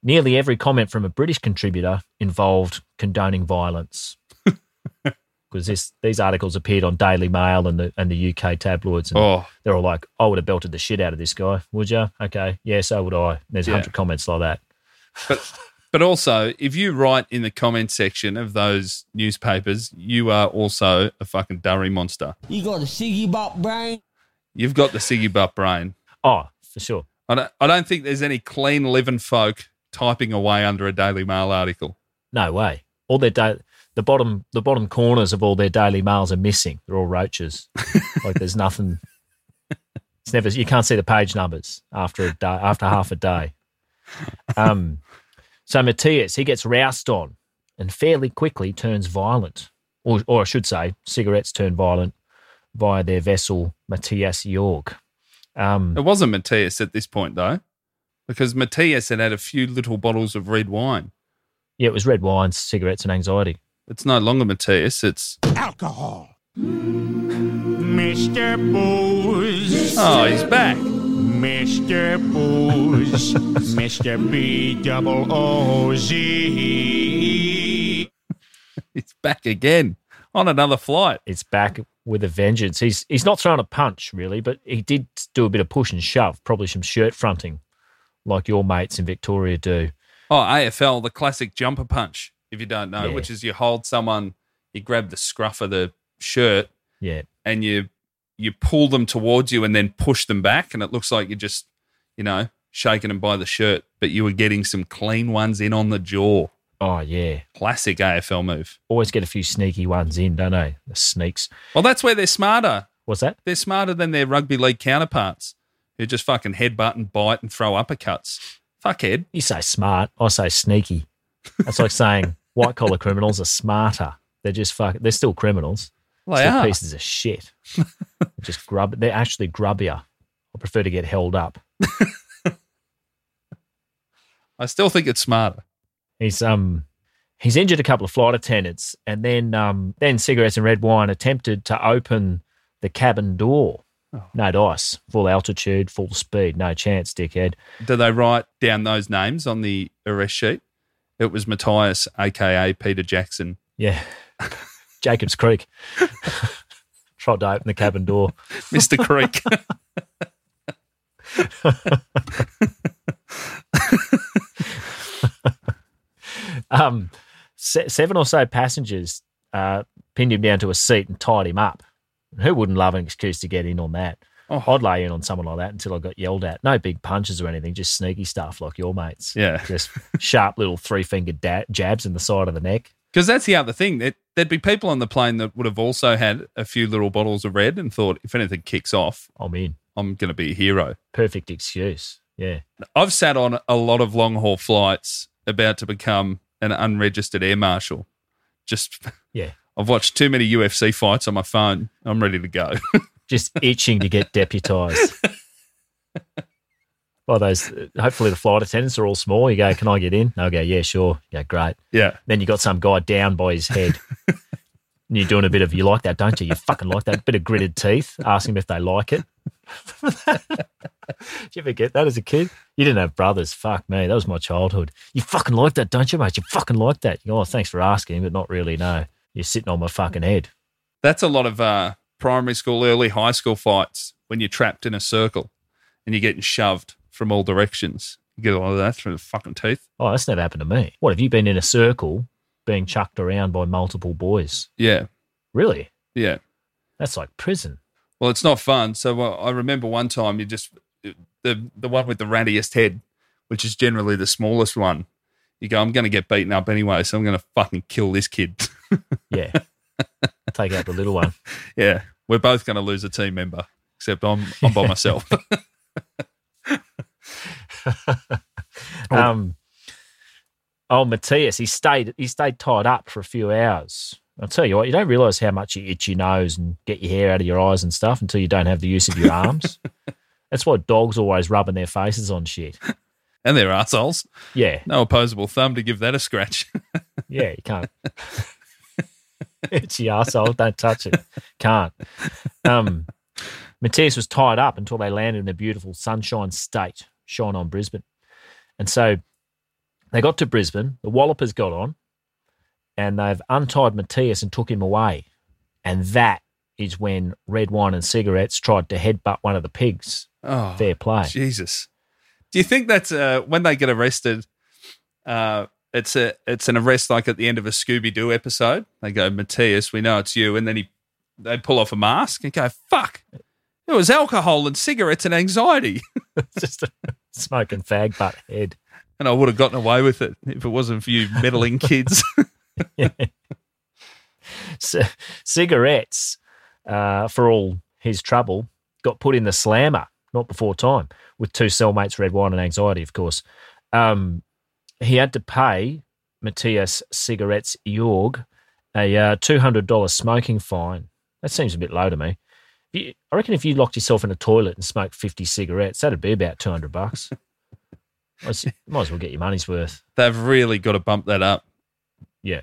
nearly every comment from a British contributor involved condoning violence because this these articles appeared on Daily Mail and the and the UK tabloids, and Oh, they're all like, "I would have belted the shit out of this guy, would you?" Okay, yeah, so would I. And there's a Yeah. hundred comments like that. but also, if you write in the comment section of those newspapers, you are also a fucking durry monster. You got a ciggy butt brain. You've got the Siggy Butt brain. Oh, for sure. I don't, I don't think there's any clean living folk typing away under a Daily Mail article. No way. All their da- the bottom the bottom corners of all their Daily Mails are missing. They're all roaches. like there's nothing. It's never you can't see the page numbers after a day after half a day. Um, so Matthias he gets roused on and fairly quickly turns violent, or or I should say, cigarettes turn violent via their vessel Matthias Jorg. Um, It wasn't Matthias at this point, though, because Matthias had had a few little bottles of red wine. yeah, it was red wine, cigarettes, and anxiety. It's no longer Matthias, it's. Alcohol. Mr. Booze. Oh, he's back. Mr. Booze. Mr. B double O Z. It's back again on another flight. It's back with a vengeance. He's he's not throwing a punch really, but he did do a bit of push and shove, probably some shirt fronting, like your mates in Victoria do. Oh, AFL, the classic jumper punch, if you don't know, Yeah. which is you hold someone, you grab the scruff of the shirt, Yeah, and you you pull them towards you and then push them back and it looks like you're just you know shaking them by the shirt but you were getting some clean ones in on the jaw oh yeah, classic afl move always get a few sneaky ones in, don't they? The sneaks. well that's where they're smarter What's that? they're smarter than their rugby league counterparts who just fucking headbutt and bite and throw uppercuts fuckhead You say smart, I say sneaky. That's like saying white collar criminals are smarter. They're just fuck. They're still criminals. They still are. pieces of shit. They're just grub. They're actually grubbier. I prefer to get held up. i still think it's smarter He's um he's injured a couple of flight attendants, and then um then cigarettes and red wine attempted to open the cabin door. No dice, full altitude, full speed, no chance, dickhead. do they write down those names on the arrest sheet it was matthias aka peter jackson Yeah, Jacob's Creek. Tried to open the cabin door. mr creek Um, se- seven or so passengers uh, pinned him down to a seat and tied him up. Who wouldn't love an excuse to get in on that? Oh. I'd lay in on someone like that until I got yelled at. No big punches or anything, just sneaky stuff like your mates. yeah Just sharp little three finger da- jabs in the side of the neck. Because that's the other thing. That there'd be people on the plane that would have also had a few little bottles of red and thought, if anything kicks off, I'm in. I'm going to be a hero. Perfect excuse. Yeah. I've sat on a lot of long haul flights about to become an unregistered air marshal. Just, Yeah. I've watched too many UFC fights on my phone. I'm ready to go. Just itching to get deputised. Well, those uh, hopefully the flight attendants are all small. You go, can I get in? They'll go, yeah, sure. Yeah, great. yeah. Then you got some guy down by his head. and you're doing a bit of, you like that, don't you? You fucking like that. Bit of gritted teeth. Ask him if they like it. Did you ever get that as a kid? You didn't have brothers. Fuck me. That was my childhood. You fucking like that, don't you, mate? You fucking like that. You go, oh, thanks for asking, but not really, no. You're sitting on my fucking head. That's a lot of uh, primary school, early high school fights when you're trapped in a circle and you're getting shoved from all directions. You get a lot of that through the fucking teeth. Oh, that's never happened to me. What, have you been in a circle being chucked around by multiple boys? Yeah. Really? Yeah. That's like prison. Well, it's not fun. So uh, I remember one time you just the the one with the rattiest head, which is generally the smallest one. You go, I'm going to get beaten up anyway, so I'm going to fucking kill this kid. Yeah. Take out the little one. yeah, we're both going to lose a team member, except I'm I'm by myself. Um, oh, Matthias, he stayed he stayed tied up for a few hours. I'll tell you what, you don't realise how much you itch your nose and get your hair out of your eyes and stuff until you don't have the use of your arms. That's why dogs always rubbing their faces on shit. and they're assholes. Yeah, No opposable thumb to give that a scratch. yeah, you can't. Itchy asshole, don't touch it. Can't. Um, Matthias was tied up until they landed in a beautiful sunshine state, shine on Brisbane. And so they got to Brisbane, the Wallopers got on, and they've untied Matthias and took him away. And that is when red wine and cigarettes tried to headbutt one of the pigs. oh, Fair play. Jesus. Do you think that's uh, when they get arrested? Uh, it's a it's an arrest like at the end of a Scooby Doo episode. They go, Matthias, we know it's you, and then he they pull off a mask and go, fuck, it was alcohol and cigarettes and anxiety, Just a smoking fag butt head. and I would have gotten away with it if it wasn't for you meddling kids. c- cigarettes uh, for all his trouble got put in the slammer, not before time, with two cellmates, red wine and anxiety, of course. Um, he had to pay Matthias Cigarettes Jorg a uh, $200 smoking fine. That seems a bit low to me. If you- I reckon if you locked yourself in a toilet and smoked 50 cigarettes, that'd be about 200 bucks. might as might as well get your money's worth. They've really got to bump that up. Yeah.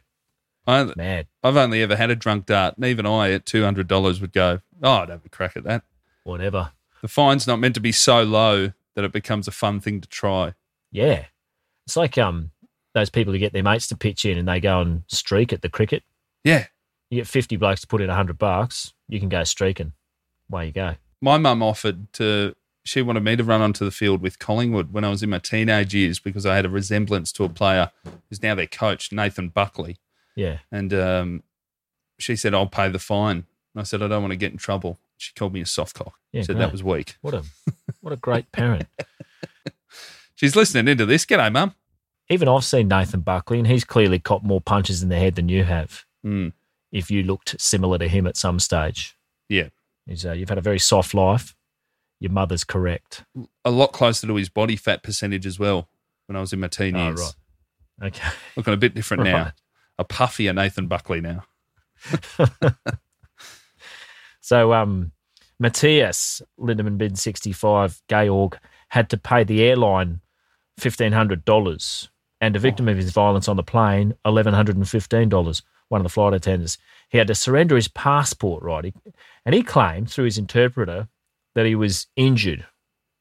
I, Mad. I've only ever had a drunk dart, and even I at two hundred dollars would go, "Oh, I'd have a crack at that." Whatever. The fine's not meant to be so low that it becomes a fun thing to try. Yeah. It's like um those people who get their mates to pitch in and they go and streak at the cricket. Yeah. You get 50 blokes to put in 100 bucks, you can go streaking. Way you go. My mum offered to. She wanted me to run onto the field with Collingwood when I was in my teenage years because I had a resemblance to a player who's now their coach, Nathan Buckley. Yeah. And um, she said, I'll pay the fine. And I said, I don't want to get in trouble. She called me a softcock. Yeah, she said, great. that was weak. What a what a great parent. She's listening into this. G'day, mum. Even I've seen Nathan Buckley and he's clearly caught more punches in the head than you have. Mm, If you looked similar to him at some stage. yeah. He's, uh, you've had a very soft life. Your mother's correct. A lot closer to his body fat percentage as well when I was in my teen Oh, years. right. Okay. Looking a bit different now. Right. A puffier Nathan Buckley now. So um, Matthias Lindemann bid 65 Georg had to pay the airline $1,500 and a victim of his violence on the plane $1,115, one of the flight attendants. He had to surrender his passport, right? He- And he claimed through his interpreter that he was injured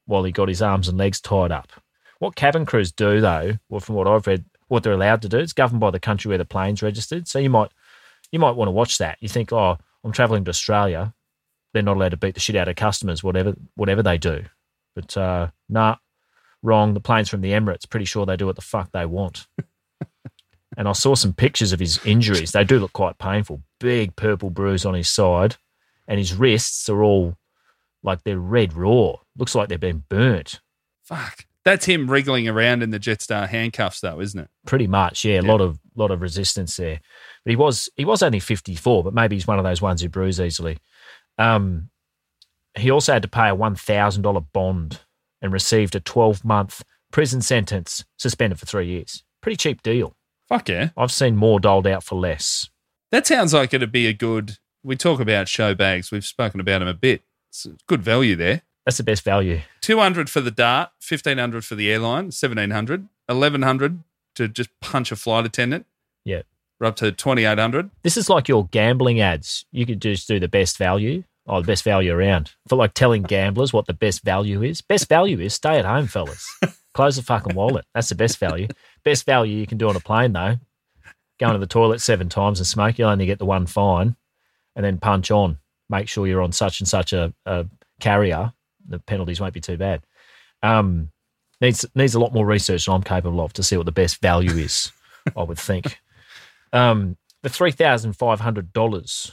while he got his arms and legs tied up. What cabin crews do, though, well, from what I've read, what they're allowed to do, it's governed by the country where the plane's registered. So you might you might want to watch that. You think, oh, I'm traveling to Australia. They're not allowed to beat the shit out of customers, whatever whatever they do. But uh, nah, wrong. The plane's from the Emirates. Pretty sure they do what the fuck they want. and I saw some pictures of his injuries. They do look quite painful. Big purple bruise on his side, and his wrists are all like they're red raw. Looks like they've been burnt. Fuck. That's him wriggling around in the Jetstar handcuffs, though, isn't it? Pretty much, yeah. A lot of lot of resistance there, but he was he was only fifty four, but maybe he's one of those ones who bruise easily. Um, he also had to pay a one thousand dollar bond and received a twelve month prison sentence, suspended for three years. Pretty cheap deal. Fuck yeah. I've seen more doled out for less. That sounds like it'd be a good. We talk about show bags. We've spoken about them a bit. It's good value there. That's the best value. 200 for the dart, 1500 for the airline, 1700, 1100 to just punch a flight attendant. Yeah, We're up to 2800. this is like your gambling ads. You could just do the best value. Oh, the best value around for like telling gamblers what the best value is. Best value is stay at home, fellas. Close the fucking wallet. That's the best value. Best value you can do on a plane though. Going to the toilet seven times and smoke. You'll only get the one fine, and then punch on. Make sure you're on such and such a, a carrier. The penalties won't be too bad. Um, needs needs a lot more research than I'm capable of to see what the best value is. I would think. Um, the three thousand five hundred dollars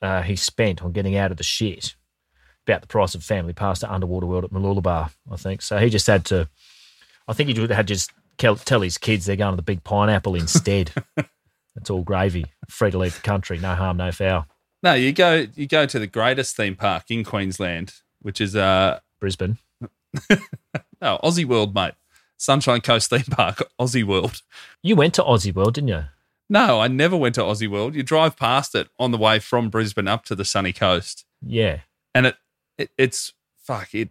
uh, he spent on getting out of the shit, about the price of family pasta underwater world at Malulabar, I think. So he just had to. I think he just had to just tell, tell his kids they're going to the Big Pineapple instead. it's all gravy, free to leave the country, no harm, no foul. No, you go you go to the greatest theme park in Queensland, which is uh Brisbane. no, Aussie World, mate. Sunshine Coast theme park, Aussie World. You went to Aussie World, didn't you? No, I never went to Aussie World. You drive past it on the way from Brisbane up to the sunny coast. Yeah, And it, it it's fuck, it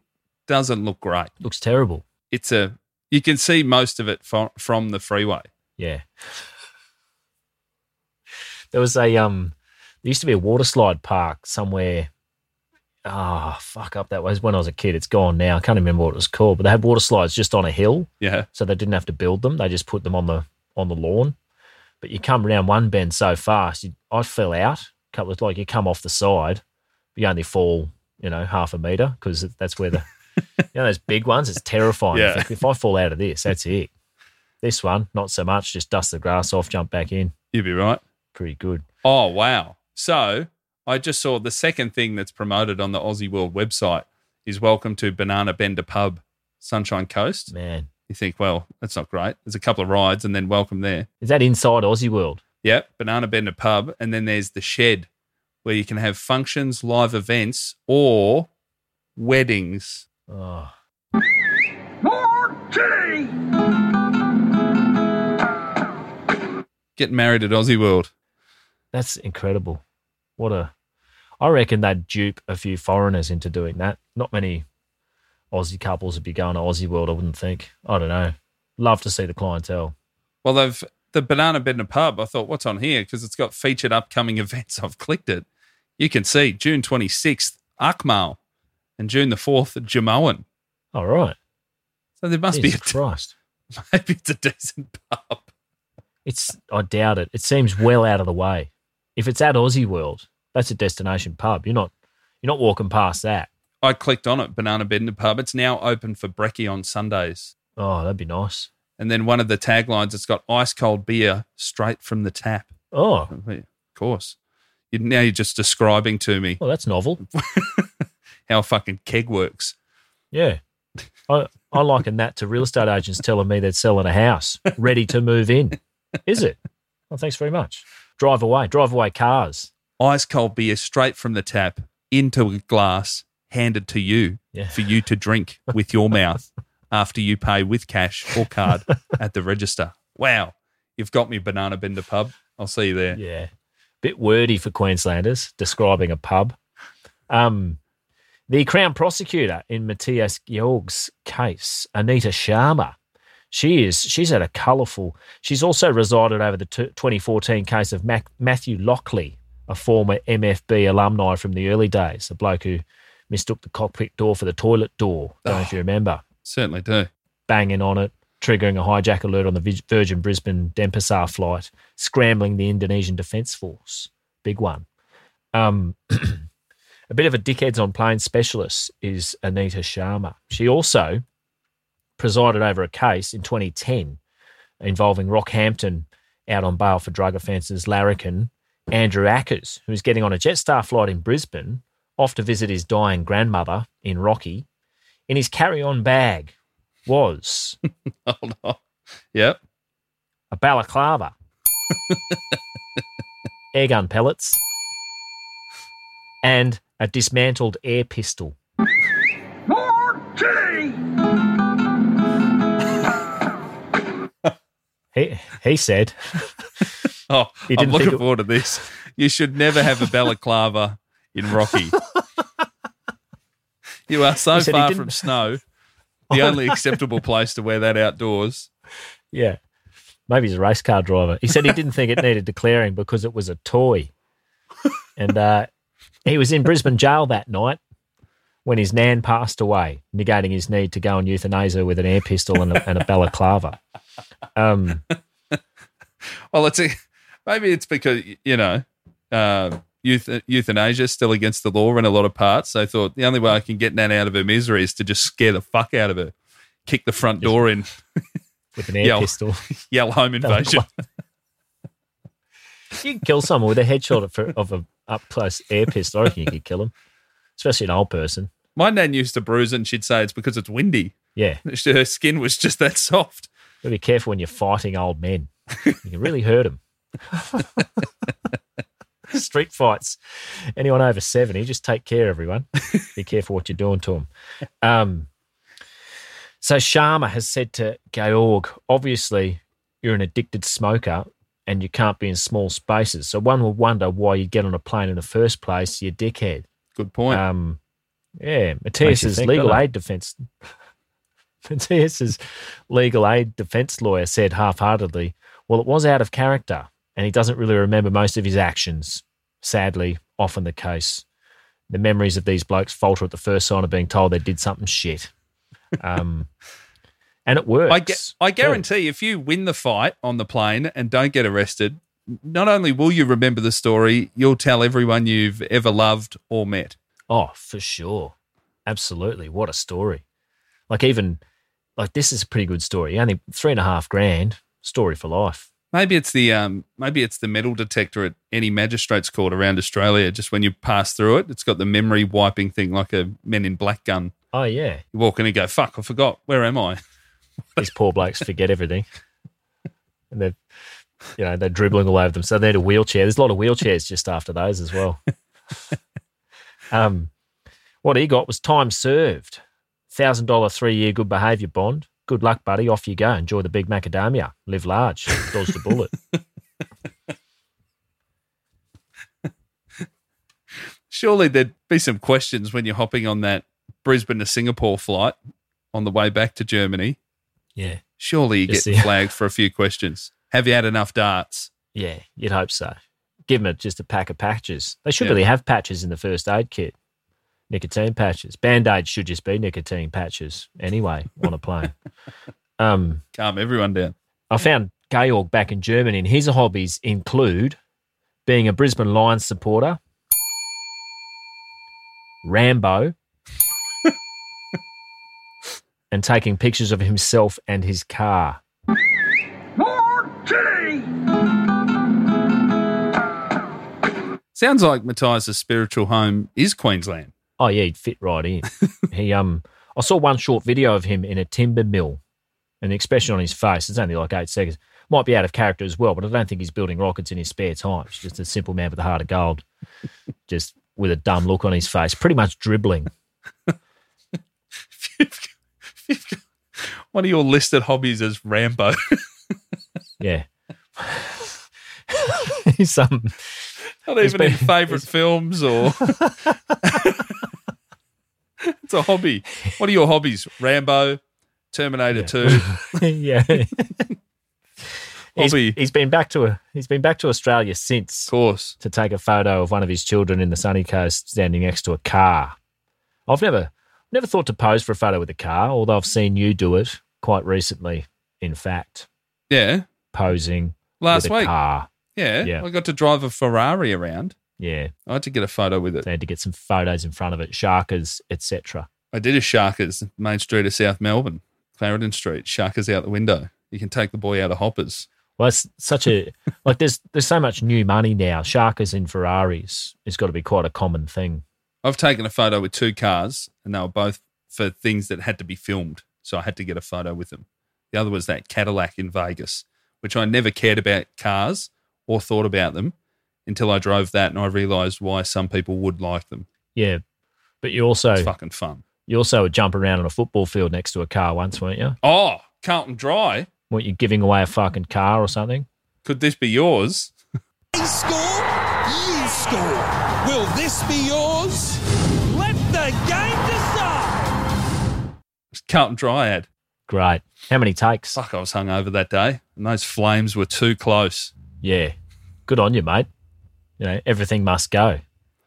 doesn't look great. looks terrible. It's a you can see most of it fro- from the freeway. Yeah. There was a um there used to be a water slide park somewhere ah fuck up that was when I was a kid. It's gone now. I can't remember what it was called, but they had water slides just on a hill. Yeah. So they didn't have to build them. They just put them on the on the lawn. But you come round one bend so fast, you, I fell out. A couple of like you come off the side, but you only fall, you know, half a meter because that's where the you know those big ones. It's terrifying. You Yeah. think, if I fall out of this, that's it. This one, not so much. Just dust the grass off, jump back in. You'd be right. Pretty good. Oh, wow. So I just saw the second thing that's promoted on the Aussie World website is welcome to Banana Bender Pub, Sunshine Coast. Man, You think, well, that's not great. There's a couple of rides and then welcome there. is that inside Aussie World? Yep, Banana Bender Pub, and then there's the shed where you can have functions, live events, or weddings. Oh. Get married at Aussie World. That's incredible. What a. I reckon they'd dupe a few foreigners into doing that. Not many Aussie couples would be going to Aussie World, I wouldn't think. I don't know. Love to see the clientele. Well, they've the Banana Bender Pub. I thought, what's on here? Because it's got featured upcoming events. I've clicked it. You can see June 26th, Akmal, and June the 4th, Jamoan. All right. So there must Jesus be a Christ. maybe it's a decent pub. It's I doubt it. It seems well out of the way. If it's at Aussie World, that's a destination pub. You're not you're not walking past that. I clicked on it, Banana Bender Pub. It's now open for brekkie on Sundays. Oh, that'd be nice. And then one of the taglines, it's got ice cold beer straight from the tap. Oh, Of course. You, now you're just describing to me well, that's novel. how fucking keg works. Yeah. I, I liken that to real estate agents telling me they're selling a house ready to move in. Is it? Well, thanks very much. Drive away, drive away cars. Ice cold beer straight from the tap into a glass handed to you Yeah. for you to drink with your mouth after you pay with cash or card at the register. Wow. You've got me, Banana Bender Pub. I'll see you there. Yeah. Bit wordy for Queenslanders describing a pub. Um, the Crown Prosecutor in Matthias Georg's case, Anita Sharma, she is she's had a colourful. She's also resided over the t- 2014 case of Mac- Matthew Lockley, a former MFB alumni from the early days, a bloke who mistook the cockpit door for the toilet door. Don't know if you remember Certainly do. banging on it, triggering a hijack alert on the Vig- Virgin Brisbane Denpasar flight, scrambling the Indonesian Defence Force. Big one. Um, a bit of a dickheads on plane specialist is Anita Sharma. She also presided over a case in 2010 involving Rockhampton out on bail for drug offences, larrikin Andrew Ackers, who was getting on a Jetstar flight in Brisbane off to visit his dying grandmother in Rocky. In his carry-on bag was Hold on. Yep. a balaclava, air gun pellets, and a dismantled air pistol. He, he said, Oh, He I'm didn't looking think it- forward to this. You should never have a balaclava in Rocky. you are so He said he far didn't- from snow. The only acceptable place to wear that outdoors. yeah, maybe he's a race car driver. He said he didn't think it needed declaring because it was a toy. And uh, he was in Brisbane jail that night when his nan passed away, negating his need to go and euthanize her with an air pistol and a, and a balaclava. Um, Well, it's a, maybe it's because you know uh, youth, euthanasia is still against the law in a lot of parts. They thought the only way I can get Nan out of her misery is to just scare the fuck out of her, kick the front door in, with an air Yell. pistol. yell home invasion. you can kill someone with a headshot of, of a up close air pistol. I reckon you could kill them, especially an old person. My nan used to bruise it, and she'd say it's because it's windy. Yeah, Her skin was just that soft. but be careful when you're fighting old men. You can really hurt them. Street fights. Anyone over seventy, just take care, everyone. Be careful what you're doing to them. Um, so Sharma has said to Georg, obviously you're an addicted smoker and you can't be in small spaces. So one will wonder why you get on a plane in the first place, you dickhead. Good point. Um, yeah, Makes you Matthias's think, legal doesn't it? aid defense. Matthias's legal aid defense lawyer said half-heartedly, "Well, it was out of character, and he doesn't really remember most of his actions. Sadly, often the case. The memories of these blokes falter at the first sign of being told they did something shit." Um, and it works. I, gu- I too. guarantee if you win the fight on the plane and don't get arrested, not only will you remember the story, you'll tell everyone you've ever loved or met. Oh, for sure. Absolutely. What a story. Like, even like this is a pretty good story. Only three and a half grand story for life. Maybe it's the um, maybe it's the metal detector at any magistrates court around Australia. Just when you pass through it, it's got the memory wiping thing like a Men in Black gun. Oh, yeah. You walk in and go, "Fuck, I forgot. Where am I?" These poor blokes forget everything. And they're you know, they're dribbling all over them. So they had a wheelchair. There's a lot of wheelchairs just after those as well. um, what he got was time served, thousand dollar three year good behaviour bond. Good luck, buddy. Off you go. Enjoy the big macadamia. Live large. Dodge the bullet. Surely there'd be some questions when you're hopping on that Brisbane to Singapore flight on the way back to Germany. Yeah. Surely you Just get the- flagged for a few questions. Have you had enough darts? Yeah, you'd hope so. Give them just a pack of patches. They should Yeah. really have patches in the first aid kit. Nicotine patches. Band aids should just be nicotine patches anyway on a plane. um, Calm everyone down. I found Georg back in Germany, and his hobbies include being a Brisbane Lions supporter, Rambo, and taking pictures of himself and his car. Sounds like Matthias' spiritual home is Queensland. Oh yeah, he'd fit right in. he um, I saw one short video of him in a timber mill, and the expression on his face its only like eight seconds. Might be out of character as well, but I don't think he's building rockets in his spare time. He's just a simple man with a heart of gold, just with a dumb look on his face, pretty much dribbling. One of your listed hobbies is Rambo. Yeah, he's um, Not He's even in been- favourite films or. it's a hobby. What are your hobbies? Rambo, Terminator 2. yeah. He's- Hobby. he's been back to a, he's been back to Australia since, of course, to take a photo of one of his children in the sunny coast standing next to a car. I've never never thought to pose for a photo with a car, although I've seen you do it quite recently. In fact, Yeah. posing Last with a week. car. Yeah, Yeah. I got to drive a Ferrari around. Yeah, I had to get a photo with it. they had to get some photos in front of it, sharkers, etc. I did a Sharkers, Main Street of South Melbourne, Clarendon Street. Sharkers out the window. You can take the boy out of hoppers. Well, it's such a like. There's there's so much new money now. Sharkers in Ferraris. It's got to be quite a common thing. I've taken a photo with two cars, and they were both for things that had to be filmed. So I had to get a photo with them. The other was that Cadillac in Vegas, which I never cared about cars or thought about them until I drove that and I realized why some people would like them. Yeah, but you also It's fucking fun. You also would jump around on a football field next to a car once, weren't you? Oh, Carlton Dry. Weren't you giving away a fucking car or something? Could this be yours? They score, you score. Will this be yours? Let the game decide. It's Carlton Dry ad. Great. How many takes? Fuck, I was hungover that day, and those flames were too close. Yeah. Good on you, mate. You know, everything must go.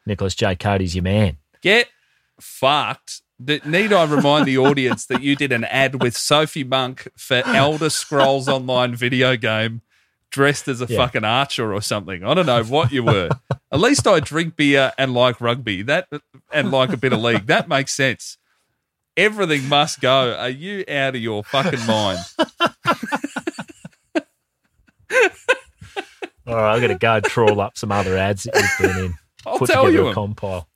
Nicholas J. Cody's your man. Get fucked. D- Need I remind the audience that you did an ad with Sophie Monk for Elder Scrolls Online video game dressed as a Yeah. fucking archer or something? I don't know what you were. At least I drink beer and like rugby. That and like a bit of league. That makes sense. Everything must go. Are you out of your fucking mind? All right, I'm going to go trawl up some other ads that you've been in. I'll Put tell together you a 'em. compile.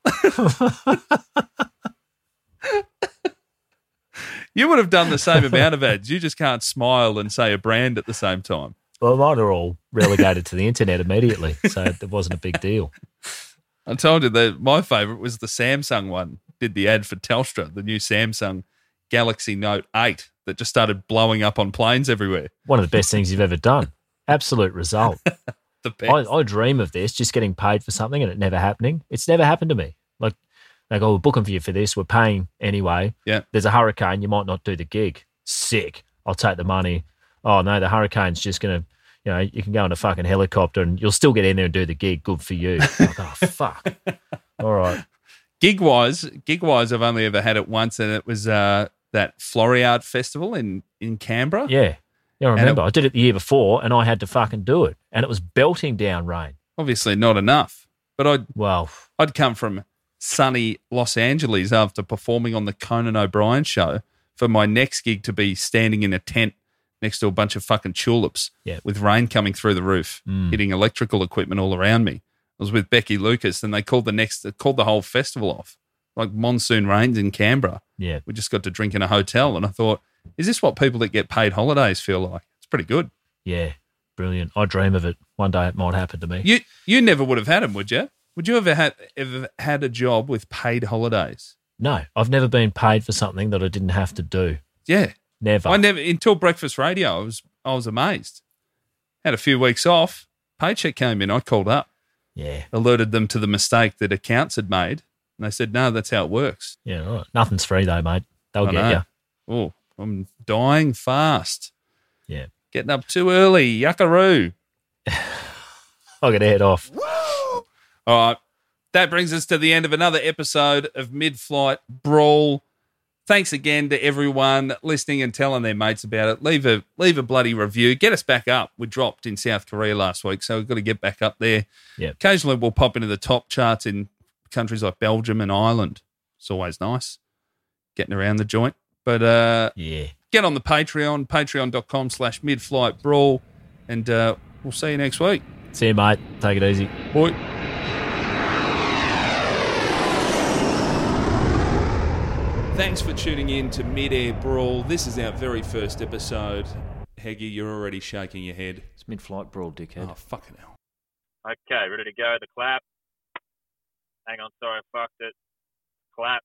You would have done the same amount of ads. You just can't smile and say a brand at the same time. Well, mine are all relegated to the internet immediately, so it wasn't a big deal. I told you that my favorite was the Samsung one. Did the ad for Telstra, the new Samsung Galaxy Note 8 that just started blowing up on planes everywhere. One of the best things you've ever done. Absolute result. The best. I, I dream of this, just getting paid for something and it never happening. It's never happened to me. Like, they go, we're booking for you for this. We're paying anyway. Yeah. There's a hurricane. You might not do the gig. Sick. I'll take the money. Oh, no, the hurricane's just going to, you know, you can go on a fucking helicopter and you'll still get in there and do the gig. Good for you. Like, oh, fuck. All right. Gig wise, gig wise, I've only ever had it once, and it was uh, that Floriade Festival in, in Canberra. Yeah. Yeah, I And it- remember. I did it the year before and I had to fucking do it. And it was belting down rain. Obviously, not enough. But I'd, Well, I'd come from sunny Los Angeles after performing on the Conan O'Brien show for my next gig to be standing in a tent next to a bunch of fucking tulips Yeah. with rain coming through the roof, Mm. hitting electrical equipment all around me. I was with Becky Lucas and they called the next they called the whole festival off. Like monsoon rains in Canberra. yeah. We just got to drink in a hotel and I thought, is this what people that get paid holidays feel like? It's pretty good. Yeah. brilliant. I dream of it. One day it might happen to me. You you never would have had them, would you? Would you ever had ever had a job with paid holidays? No, I've never been paid for something that I didn't have to do. Yeah, Never. I never until breakfast radio. I was I was amazed. Had a few weeks off. Paycheck came in. I called up, yeah, alerted them to the mistake that accounts had made, and they said, "No, that's how it works." yeah, all right. Nothing's free though, mate. They'll I get know. you. Oh, I'm dying fast. Yeah. Getting up too early. Yuckaroo. I'll get a head off. All right. That brings us to the end of another episode of Mid Flight Brawl. Thanks again to everyone listening and telling their mates about it. Leave a leave a bloody review. Get us back up. We dropped in South Korea last week, so we've got to get back up there. Yep. Occasionally we'll pop into the top charts in countries like Belgium and Ireland. It's always nice. Getting around the joint. But uh Yeah. get on the Patreon, patreon.com slash midflight brawl, and uh, we'll see you next week. See you, mate. Take it easy. Boy. Thanks for tuning in to Mid Air Brawl. This is our very first episode. Heggy, you're already shaking your head. It's mid flight brawl, dickhead. Oh, fucking hell. Okay, ready to go. The clap. Hang on, sorry, I fucked it. Clap.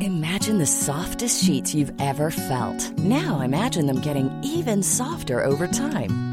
Imagine the softest sheets you've ever felt. Now imagine them getting even softer over time.